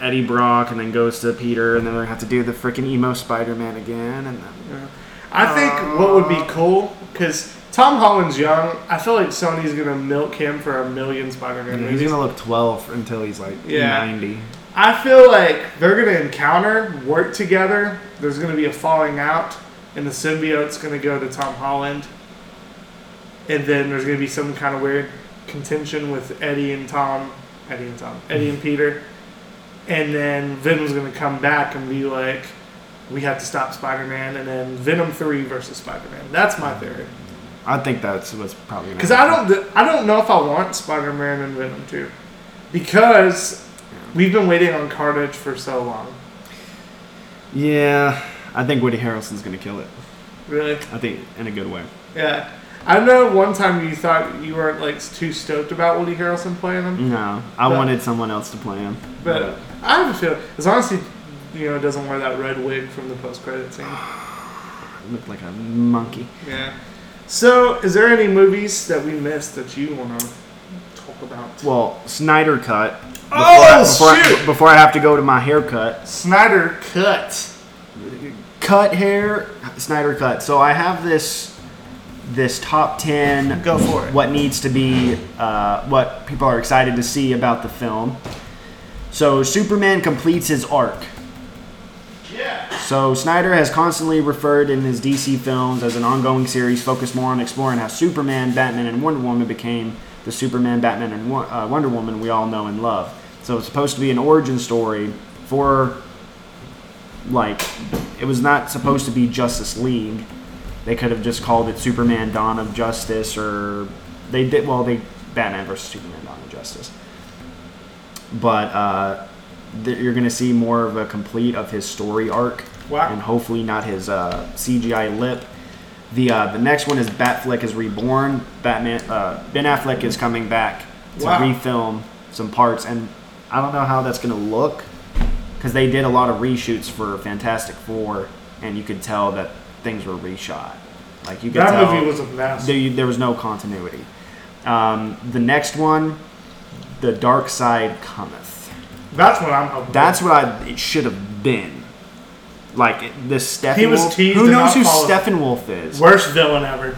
S1: Eddie Brock and then goes to Peter, and then they're gonna have to do the freaking emo Spider-Man again. And then,
S2: I think what would be cool because Tom Holland's young. I feel like Sony's gonna milk him for a million Spider-Man
S1: and
S2: movies.
S1: he's gonna look twelve until he's like
S2: Yeah.
S1: ninety.
S2: I feel like they're gonna encounter, work together. There's gonna be a falling out, and the symbiote's gonna go to Tom Holland. And then there's gonna be some kind of weird contention with Eddie and Tom, Eddie and Tom, Eddie and Peter. And then Venom's gonna come back and be like, "We have to stop Spider-Man." And then Venom Three versus Spider-Man. That's my theory.
S1: I think that's what's probably gonna
S2: Because I don't, I don't know if I want Spider-Man and Venom Two, because we've been waiting on Carnage for so long.
S1: Yeah, I think Woody Harrelson's gonna kill it.
S2: Really?
S1: I think in a good way.
S2: Yeah. I know one time you thought you weren't like too stoked about Woody Harrelson playing him,
S1: No, I
S2: But-
S1: wanted someone else to play him.
S2: but I have a feeling as long as he, you know, doesn't wear that red wig from the post-credit scene.
S1: He looked like a monkey.
S2: (sighs) Yeah. So, is there any movies that we missed that you want to talk about?
S1: Well, Snyder cut.
S2: Oh,
S1: before I,
S2: shoot!
S1: before I, before I have to go to my haircut,
S2: Snyder cut.
S1: cut hair, Snyder cut. So I have this this top ten.
S2: Go for it.
S1: What needs to be, uh, what people are excited to see about the film. So Superman completes his arc.
S2: Yeah.
S1: So Snyder has constantly referred in his DC films as an ongoing series focused more on exploring how Superman, Batman, and Wonder Woman became the Superman, Batman, and Wo- uh, Wonder Woman we all know and love. So it's supposed to be an origin story for, like, it was not supposed to be Justice League. They could have just called it Superman Dawn of Justice, or they did well. They Batman versus Superman Dawn of Justice, but uh, th- you're going to see more of a complete of his story arc,
S2: Wow.
S1: and hopefully not his uh, CGI lip. The uh, the next one is Batfleck is reborn. Batman uh, Ben Affleck is coming back to
S2: Wow.
S1: refilm some parts, and I don't know how that's going to look because they did a lot of reshoots for Fantastic Four, and you could tell that things were reshot. Like you could
S2: That
S1: tell
S2: movie was a mess.
S1: there, there was no continuity. Um, the next one, The Dark Side Cometh.
S2: That's what I'm hoping.
S1: That's what I, it should have been. Like it- this Steppenwolf.
S2: He was teased
S1: who
S2: and
S1: knows
S2: not
S1: who
S2: followed.
S1: Steppenwolf is?
S2: worst villain ever.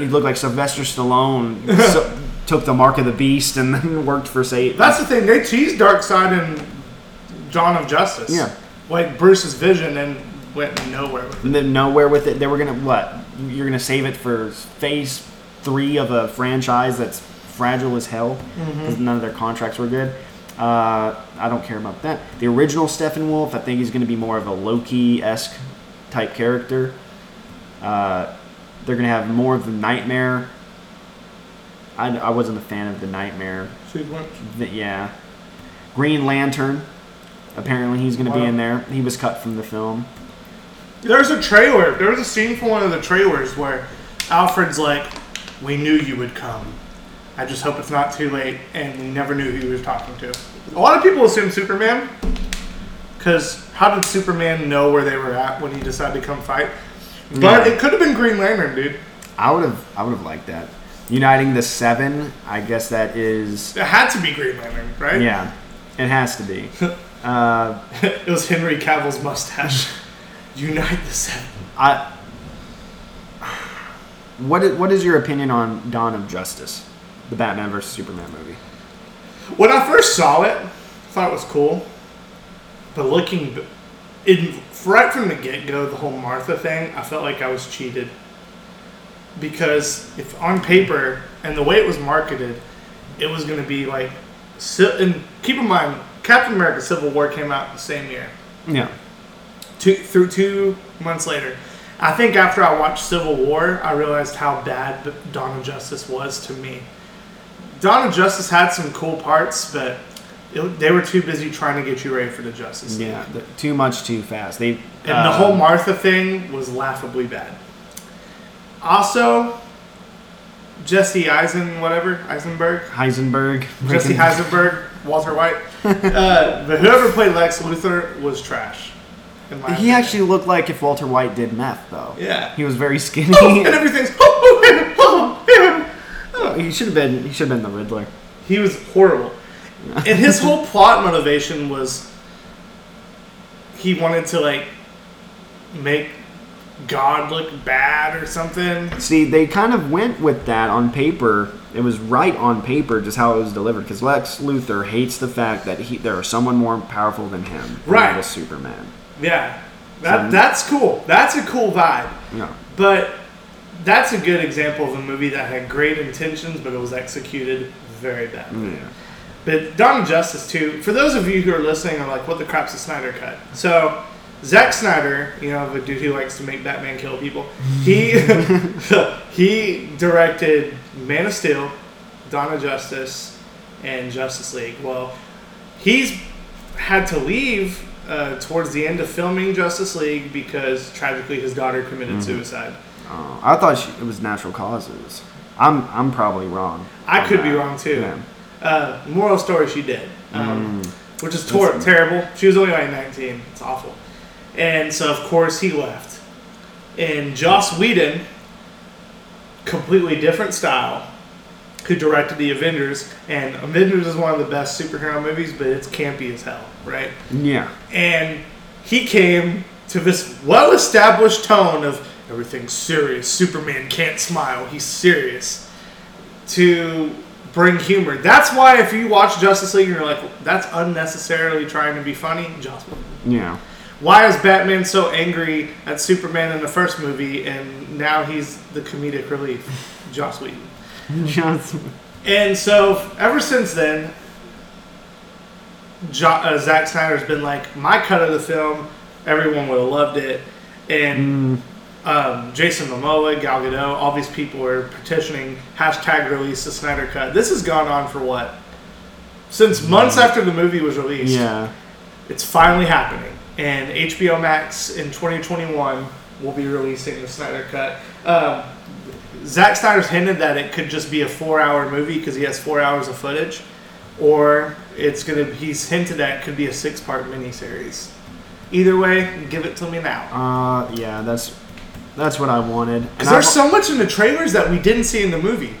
S1: He looked like Sylvester
S2: (laughs)
S1: Stallone. so, took the mark of the beast and then worked for Satan.
S2: That's the thing. They teased Darkseid and Dawn of Justice.
S1: Yeah.
S2: Like Bruce's vision and went nowhere with it.
S1: And then nowhere with it. They were gonna what? You're gonna save it for phase three of a franchise that's fragile as hell because none of their contracts were good. Uh, I don't care about that. The original Steppenwolf, I think he's going to be more of a Loki esque type character. Uh, they're going to have more of the nightmare. I, I wasn't a fan of the nightmare.
S2: sequence.
S1: Th- yeah. Green Lantern. Apparently, he's going to
S2: Wow.
S1: be in there. He was cut from the film.
S2: There's a trailer. There was a scene from one of the trailers where Alfred's like, "We knew you would come. I just hope it's not too late." And we never knew who he was talking to. A lot of people assume Superman, because how did Superman know where they were at when he decided to come fight? But
S1: Yeah.
S2: it could have been Green Lantern, dude.
S1: I would have. I would have liked that. Uniting the seven. I guess that is.
S2: It had to be Green Lantern, right?
S1: Yeah. It has to
S2: (laughs)
S1: be.
S2: it was Henry Cavill's mustache. (laughs) Unite the seven.
S1: I. What is, what is your opinion on Dawn of Justice, the Batman versus Superman movie?
S2: When I first saw it, I thought it was cool. But looking b- in right from the get go, the whole Martha thing, I felt like I was cheated. Because if on paper and the way it was marketed, it was going to be like. si- And keep in mind, Captain America Civil War came out the same year,
S1: Yeah.
S2: two, through two months later. I think after I watched Civil War, I realized how bad B- Dawn of Justice was to me. Dawn of Justice had some cool parts, but it, they were too busy trying to get you ready for the Justice League.
S1: Yeah. the- too much, too fast. They um,
S2: And the whole Martha thing was laughably bad. Also, Jesse Eisen, whatever, Eisenberg,
S1: Heisenberg.
S2: Jesse Heisenberg,
S1: (laughs)
S2: Walter White, uh, but whoever played Lex Luthor was trash. in my
S1: He
S2: opinion.
S1: actually looked like if Walter White did meth, though.
S2: Yeah. Oh,
S1: He was
S2: (laughs)
S1: very
S2: and
S1: skinny.
S2: everything's.
S1: he should have been. He should have been the Riddler.
S2: He was horrible. And (laughs) his whole plot motivation was he wanted to like make God look bad or something.
S1: See, they kind of went with that on paper. It was right on paper, just how it was delivered. Because Lex Luthor hates the fact that he there are someone more powerful than him. and
S2: Right.
S1: That is Superman.
S2: Yeah. That that's cool. That's a cool vibe.
S1: Yeah.
S2: But that's a good example of a movie that had great intentions but it was executed very badly.
S1: Yeah.
S2: But Dawn of Justice 2, for those of you who are listening, are like, what the crap's the Snyder Cut? So, Zack Snyder, you know, the dude who likes to make Batman kill people, he (laughs) he directed Man of Steel, Dawn of Justice, and Justice League. Well, he's had to leave uh, towards the end of filming Justice League because tragically his daughter committed suicide.
S1: Oh, I thought she, it was natural causes. I'm I'm probably wrong.
S2: I
S1: on
S2: could be
S1: that.
S2: wrong too.
S1: Yeah.
S2: Uh, moral story she did, um, which is tor- terrible. She was only like 19. It's awful. And so, of course, he left. And Joss Whedon, completely different style, who directed the Avengers. And Avengers is one of the best superhero movies, but it's campy as hell, right?
S1: Yeah.
S2: and he came to this well-established tone of everything's serious. Superman can't smile. He's serious. To bring humor. That's why if you watch Justice League and you're like, that's unnecessarily trying to be funny, Joss. Whedon.
S1: Yeah.
S2: Why is Batman so angry at Superman in the first movie and now he's the comedic relief? Joss Whedon.
S1: Just
S2: And so ever since then, jo- uh, Zack Snyder's been like, my cut of the film, everyone would have loved it. And um, Jason Momoa, Gal Gadot, all these people are petitioning hashtag release the Snyder cut. This has gone on for what? Since months after the movie was released,
S1: yeah.
S2: it's finally happening. And HBO Max in 2021 will be releasing the Snyder Cut. Um, Zack Snyder's hinted that it could just be a four-hour movie because he has four hours of footage, or it's gonna. He's hinted that it could be a six-part miniseries. Either way, give it to me now.
S1: Uh, yeah. That's that's what I wanted. And
S2: Because there's
S1: I've-
S2: so much in the trailers that we didn't see in the movie.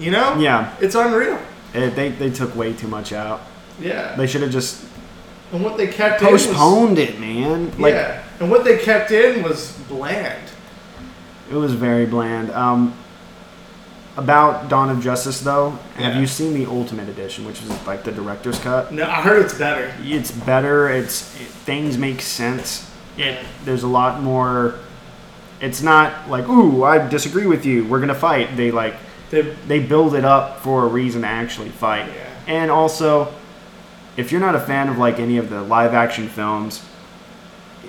S2: You know?
S1: Yeah.
S2: It's unreal.
S1: It, they they took way too much out.
S2: Yeah.
S1: They should have just
S2: and what they kept in was-
S1: postponed it, man. Like
S2: yeah. And what they kept in was bland.
S1: it was very bland. Um, about Dawn of Justice though, have
S2: Yeah.
S1: you seen the Ultimate Edition, which is like the director's cut?
S2: No, I heard it's better.
S1: It's better. It's it, things make sense.
S2: Yeah.
S1: There's a lot more. It's not like ooh, I disagree with you. We're gonna fight. They like
S2: They,
S1: they build it up for a reason to actually fight.
S2: Yeah.
S1: And also, if you're not a fan of like any of the live action films,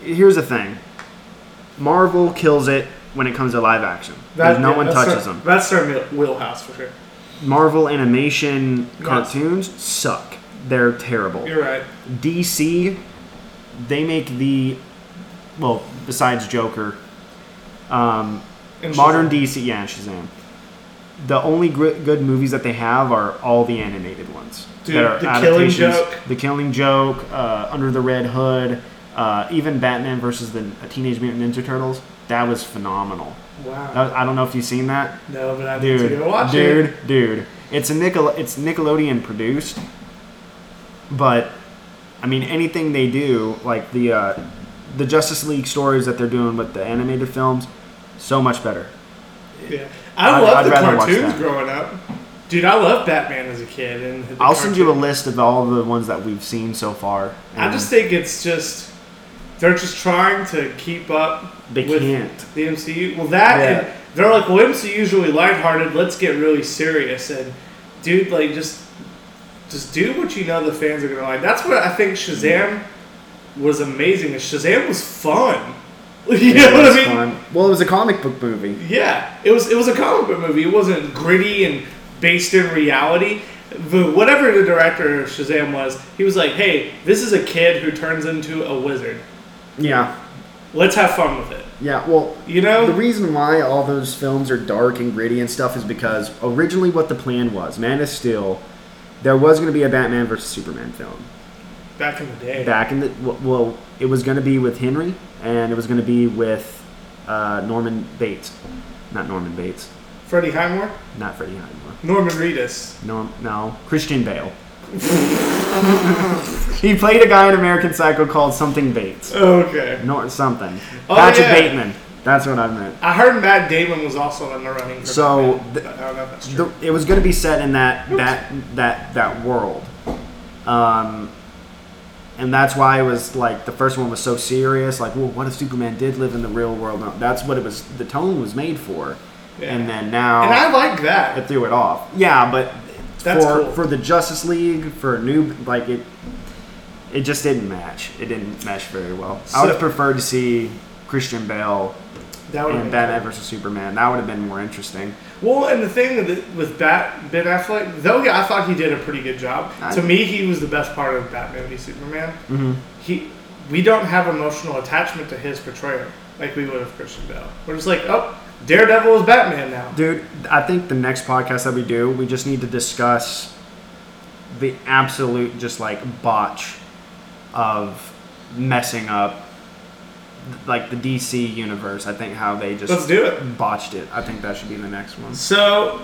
S1: here's the thing. Marvel kills it when it comes to live action. There's no
S2: yeah,
S1: one
S2: that's
S1: touches
S2: their-
S1: them.
S2: That's their wheel- wheelhouse for sure.
S1: Marvel animation
S2: Yes.
S1: cartoons suck. They're terrible.
S2: You're right.
S1: DC, they make the well, besides Joker, um,
S2: And
S1: modern
S2: Shazam.
S1: DC, yeah, and Shazam. The only gr- good movies that they have are all the animated ones.
S2: Dude,
S1: that are
S2: The Killing
S1: adaptations.
S2: Joke.
S1: The Killing Joke, uh, Under the Red Hood, uh, even Batman versus the Teenage Mutant Ninja Turtles. That was phenomenal.
S2: Wow.
S1: That was- I don't know if you've seen that,
S2: no, but I need to
S1: Uh, dude,
S2: go watch
S1: dude,
S2: it.
S1: dude. It's a Nickel. It's Nickelodeon produced, but I mean anything they do, like the uh, the Justice League stories that they're doing with the animated films, so much better.
S2: Yeah. I
S1: I'd-
S2: love
S1: I'd
S2: the
S1: rather watch
S2: cartoons
S1: that.
S2: growing up. Dude, I loved Batman as a kid. And the
S1: I'll send you a
S2: cartoon.
S1: list of all the ones that we've seen so far.
S2: I
S1: and
S2: just think it's just they're just trying to keep up
S1: they
S2: with
S1: can't.
S2: the MCU. Well, that
S1: Yeah.
S2: and they're like, well, MCU is usually lighthearted. Let's get really serious and dude, like just just do what you know the fans are gonna like. That's what I think Shazam was amazing. Is Shazam was fun. (laughs) (laughs) You
S3: Yeah,
S2: know what I
S3: it's
S2: mean?
S3: fun. Well, it was a comic book movie.
S2: Yeah, it was it was a comic book movie. It wasn't gritty and based in reality. The whatever the director of Shazam was, he was like, "Hey, this is a kid who turns into a wizard.
S3: Yeah.
S2: Let's have fun with it."
S3: Yeah, well,
S2: You know?
S3: the reason why all those films are dark and gritty and stuff is because originally what the plan was, Man of Steel, there was going to be a Batman versus Superman film.
S2: Back in the day.
S1: back in the w- well, it was going to be with Henry, and it was going to be with uh, Norman Bates, not Norman Bates,
S2: Freddie Highmore,
S1: not Freddie Highmore.
S2: Norman Reedus.
S1: No, no, Christian Bale. (laughs) he played a guy in American Psycho called something Bates,
S2: Okay.
S1: Nor something.
S2: Oh,
S1: Patrick
S2: yeah.
S1: Bateman. That's what I meant.
S2: I heard Matt Damon was also in the running. For
S1: So,
S2: Batman,
S1: the-
S2: but I don't know if that's true.
S1: The, it was going to be set in that that that that world, um, and that's why it was like the first one was so serious. Like, well, what if Superman did live in the real world? No, that's what it was. The tone was made for,
S2: Yeah.
S1: and then now
S2: and I like
S1: it
S2: that.
S1: threw it off. Yeah, but
S2: That's
S1: for
S2: cool.
S1: for the Justice League for a new like it, it just didn't match. It didn't mesh very well. I would
S2: So-
S1: have preferred to see Christian Bale
S2: That would
S1: and Batman versus Superman. That would have been more interesting.
S2: Well, and the thing with, with Bat Ben Affleck, though, yeah, I thought he did a pretty good job.
S1: I-
S2: to me, he was the best part of Batman v Superman. Mm-hmm. He, we don't have emotional attachment to his portrayal like we would of Christian Bale. We're just like, oh, Daredevil is Batman now.
S1: Dude, I think the next podcast that we do, we just need to discuss the absolute just like botch of messing up like the DC universe. I think how they just
S2: Let's do it.
S1: botched it. I think that should be the next one.
S2: So,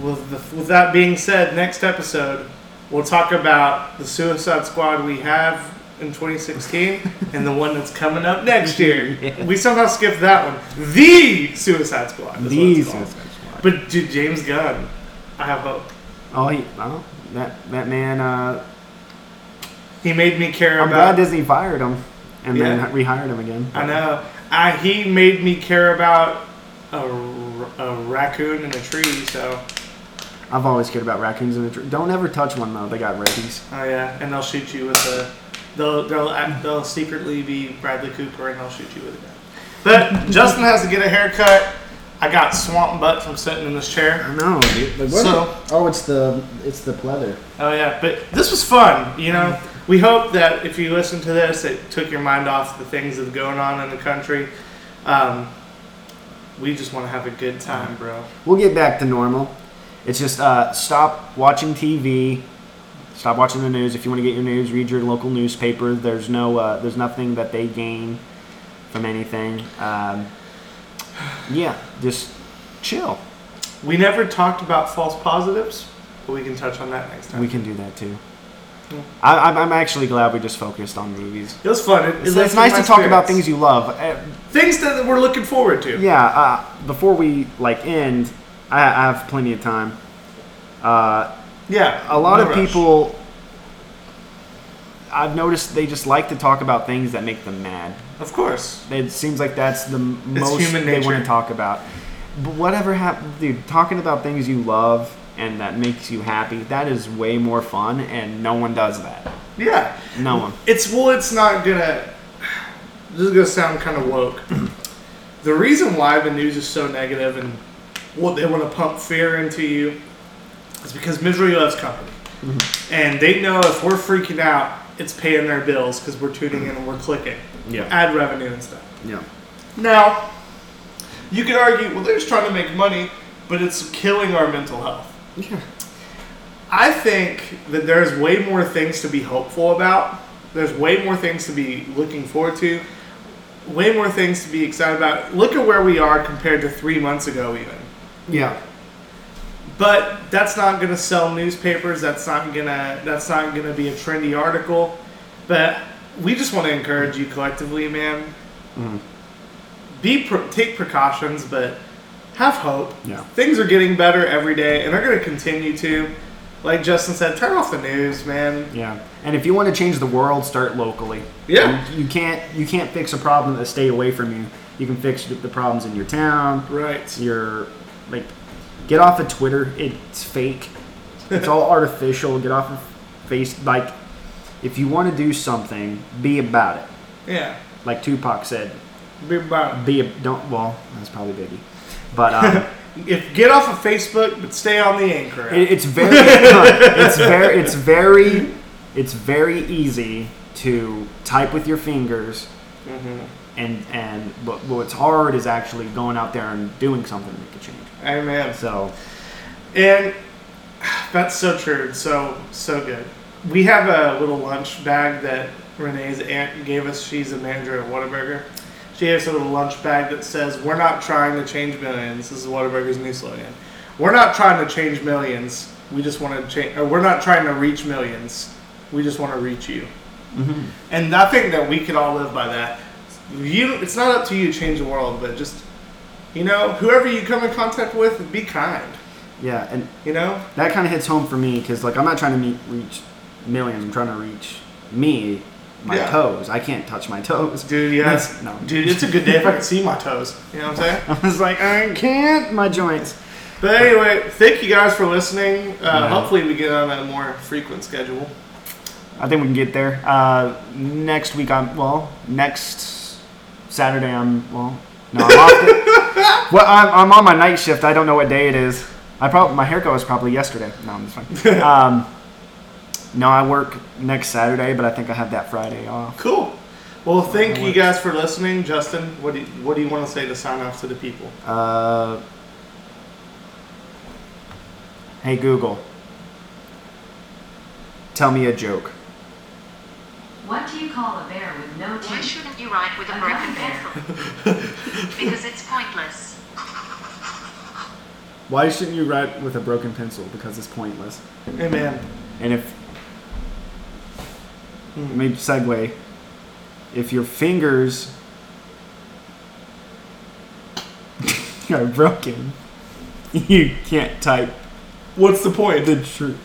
S2: with, the, with that being said, next episode we'll talk about the Suicide Squad we have in
S1: (laughs)
S2: 2016 and the one that's coming up next year. We somehow skipped that one. The Suicide Squad. is what it's
S1: These
S2: called.
S1: Squad.
S2: But dude, James Gunn, I have hope.
S1: Oh, he, well, that that man. Uh,
S2: He made me care
S1: I'm glad
S2: about.
S1: Disney fired him and
S2: Yeah.
S1: then rehired him again.
S2: I know. I he made me care about a, r- a raccoon in a tree. So
S1: I've always cared about raccoons in the tree. Don't ever touch one though. They got rabies.
S2: oh yeah, and they'll shoot you with a. They'll they'll act- they'll secretly be Bradley Cooper and they'll shoot you with a gun. But Justin has to get a haircut. I got swamp butt from sitting in this chair.
S1: I know, dude.
S3: Like,
S2: what- So-
S3: oh, it's the it's the pleather.
S2: Oh yeah, but this was fun. You know, we hope that if you listen to this, it took your mind off the things that are going on in the country. Um, we just want to have a good time, bro.
S1: We'll get back to normal. It's just uh, stop watching TV. Stop watching the news. If you want to get your news, read your local newspaper. There's no, uh, there's nothing that they gain from anything. Um, yeah, just chill.
S2: We never talked about false positives, but we can touch on that next time.
S1: We can do that too. I, I'm- I'm actually glad we just focused on movies.
S2: It was fun. It,
S1: It's, it's nice to talk about things you love. Uh,
S2: things that we're looking forward to.
S1: yeah uh, before we like end I, I have plenty of time uh,
S2: Yeah,
S1: a lot
S2: no
S1: of
S2: rush.
S1: people i've noticed they just like to talk about things that make them mad
S2: of course.
S1: it seems like that's the m- most
S2: human
S1: they want
S2: nature.
S1: to talk about but whatever happened dude talking about things you love and that makes you happy that is way more fun and no one does that
S2: Yeah.
S1: No one.
S2: It's well, it's not gonna. This is gonna sound kind of (clears throat) woke. the reason why the news is so negative and what they want to pump fear into you is because misery loves company, and they know if we're freaking out, it's paying their bills because we're tuning in and we're clicking
S3: Yeah.
S2: ad revenue and stuff.
S3: Yeah.
S2: Now, you could argue, well, they're just trying to make money, but it's killing our mental health.
S3: Yeah.
S2: I think that there's way more things to be hopeful about. There's way more things to be looking forward to. Way more things to be excited about. Look at where we are compared to three months ago, even.
S1: Yeah.
S2: But that's not going to sell newspapers. That's not gonna. That's not gonna be a trendy article. But we just want to encourage you collectively, man.
S1: Mm-hmm.
S2: Be pre- take precautions, but have hope.
S1: Yeah.
S2: Things are getting better every day, and they're going to continue to. Like Justin said, turn off the news, man.
S1: Yeah. And if you want to change the world, start locally.
S2: Yeah.
S1: You, you can't you can't fix a problem that stay away from you. You can fix the problems in your town,
S2: Right.
S1: your like get off of Twitter. It's fake. It's all artificial. Get off of face like if you want to do something, be about it.
S2: Yeah.
S1: Like Tupac said,
S2: Be about.
S1: be a, don't well, that's probably Biggie. But um,
S2: If get off of Facebook, but stay on the anchor. app.
S1: It, it's very, it's very, it's very, it's very easy to type with your fingers, and and but what's hard is actually going out there and doing something to make a change.
S2: Amen.
S1: So
S2: And that's so true. and So so good. We have a little lunch bag that Renee's aunt gave us. She's a manager at Whataburger. She gave us a little lunch bag that says, "We're not trying to change millions. This is Whataburger's new slogan. We're not trying to change millions. We just want to change. Or we're not trying to reach millions. We just want to reach you." And I think that we could all live by that. You, it's not up to you to change the world, but just, you know, whoever you come in contact with, be kind.
S1: yeah, and
S2: You know,
S1: that kind of hits home for me because like I'm not trying to meet, reach millions. I'm trying to reach me, my
S2: Yeah.
S1: toes. I can't touch my toes.
S2: Dude, yeah.
S1: That's-
S2: it's-
S1: no.
S2: Dude, it's a good day if I can see my toes. You know what I'm (laughs) saying?
S1: I was like, I can't. My joints.
S2: But anyway, thank you guys for listening. Uh,
S1: Yeah.
S2: Hopefully, we get on a more frequent schedule.
S1: I think we can get there. Uh, next week, I'm well. Next Saturday, I'm well. No, I'm off. The, (laughs) well, I'm, I'm on my night shift. I don't know what day it is. I probably my haircut was probably yesterday. No, I'm just (laughs) fine. um, no, I work next Saturday, but I think I have that Friday off.
S2: Cool. Well, thank
S1: that
S2: you
S1: works.
S2: guys for listening. Justin, what do you, what do you want to say to sign off to the people?
S1: Uh, hey Google, tell me a joke.
S6: What do you call a bear with no
S7: Why
S6: teeth?
S7: shouldn't you ride with a broken pencil? because it's pointless.
S1: Why shouldn't you write with a broken pencil? Because it's pointless.
S2: Amen.
S1: And if let me segue, if your fingers (laughs) are broken, (laughs) you can't type
S2: What's the point?
S1: the truth.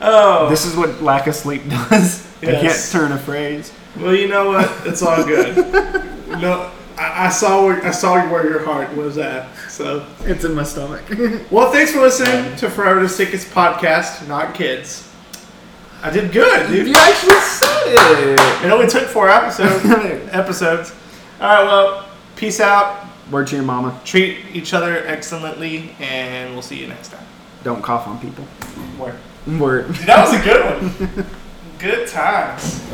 S2: Oh.
S1: This is what lack of sleep (laughs) does. I can't
S2: Yes.
S1: turn a phrase.
S2: Well, you know what? It's all (laughs) good. no, I, I saw where, I saw where your heart was at. So.
S1: It's in my (laughs) stomach.
S2: Well, thanks for listening to Forever to Sickest podcast, not kids. I did good, dude.
S1: you actually said it.
S2: It only took four episodes. episodes. All right. Well, peace out.
S1: Word to your mama.
S2: Treat each other excellently, and we'll see you next time.
S1: Don't cough on people.
S2: Word.
S1: Word.
S2: (laughs) That was a good one. good times.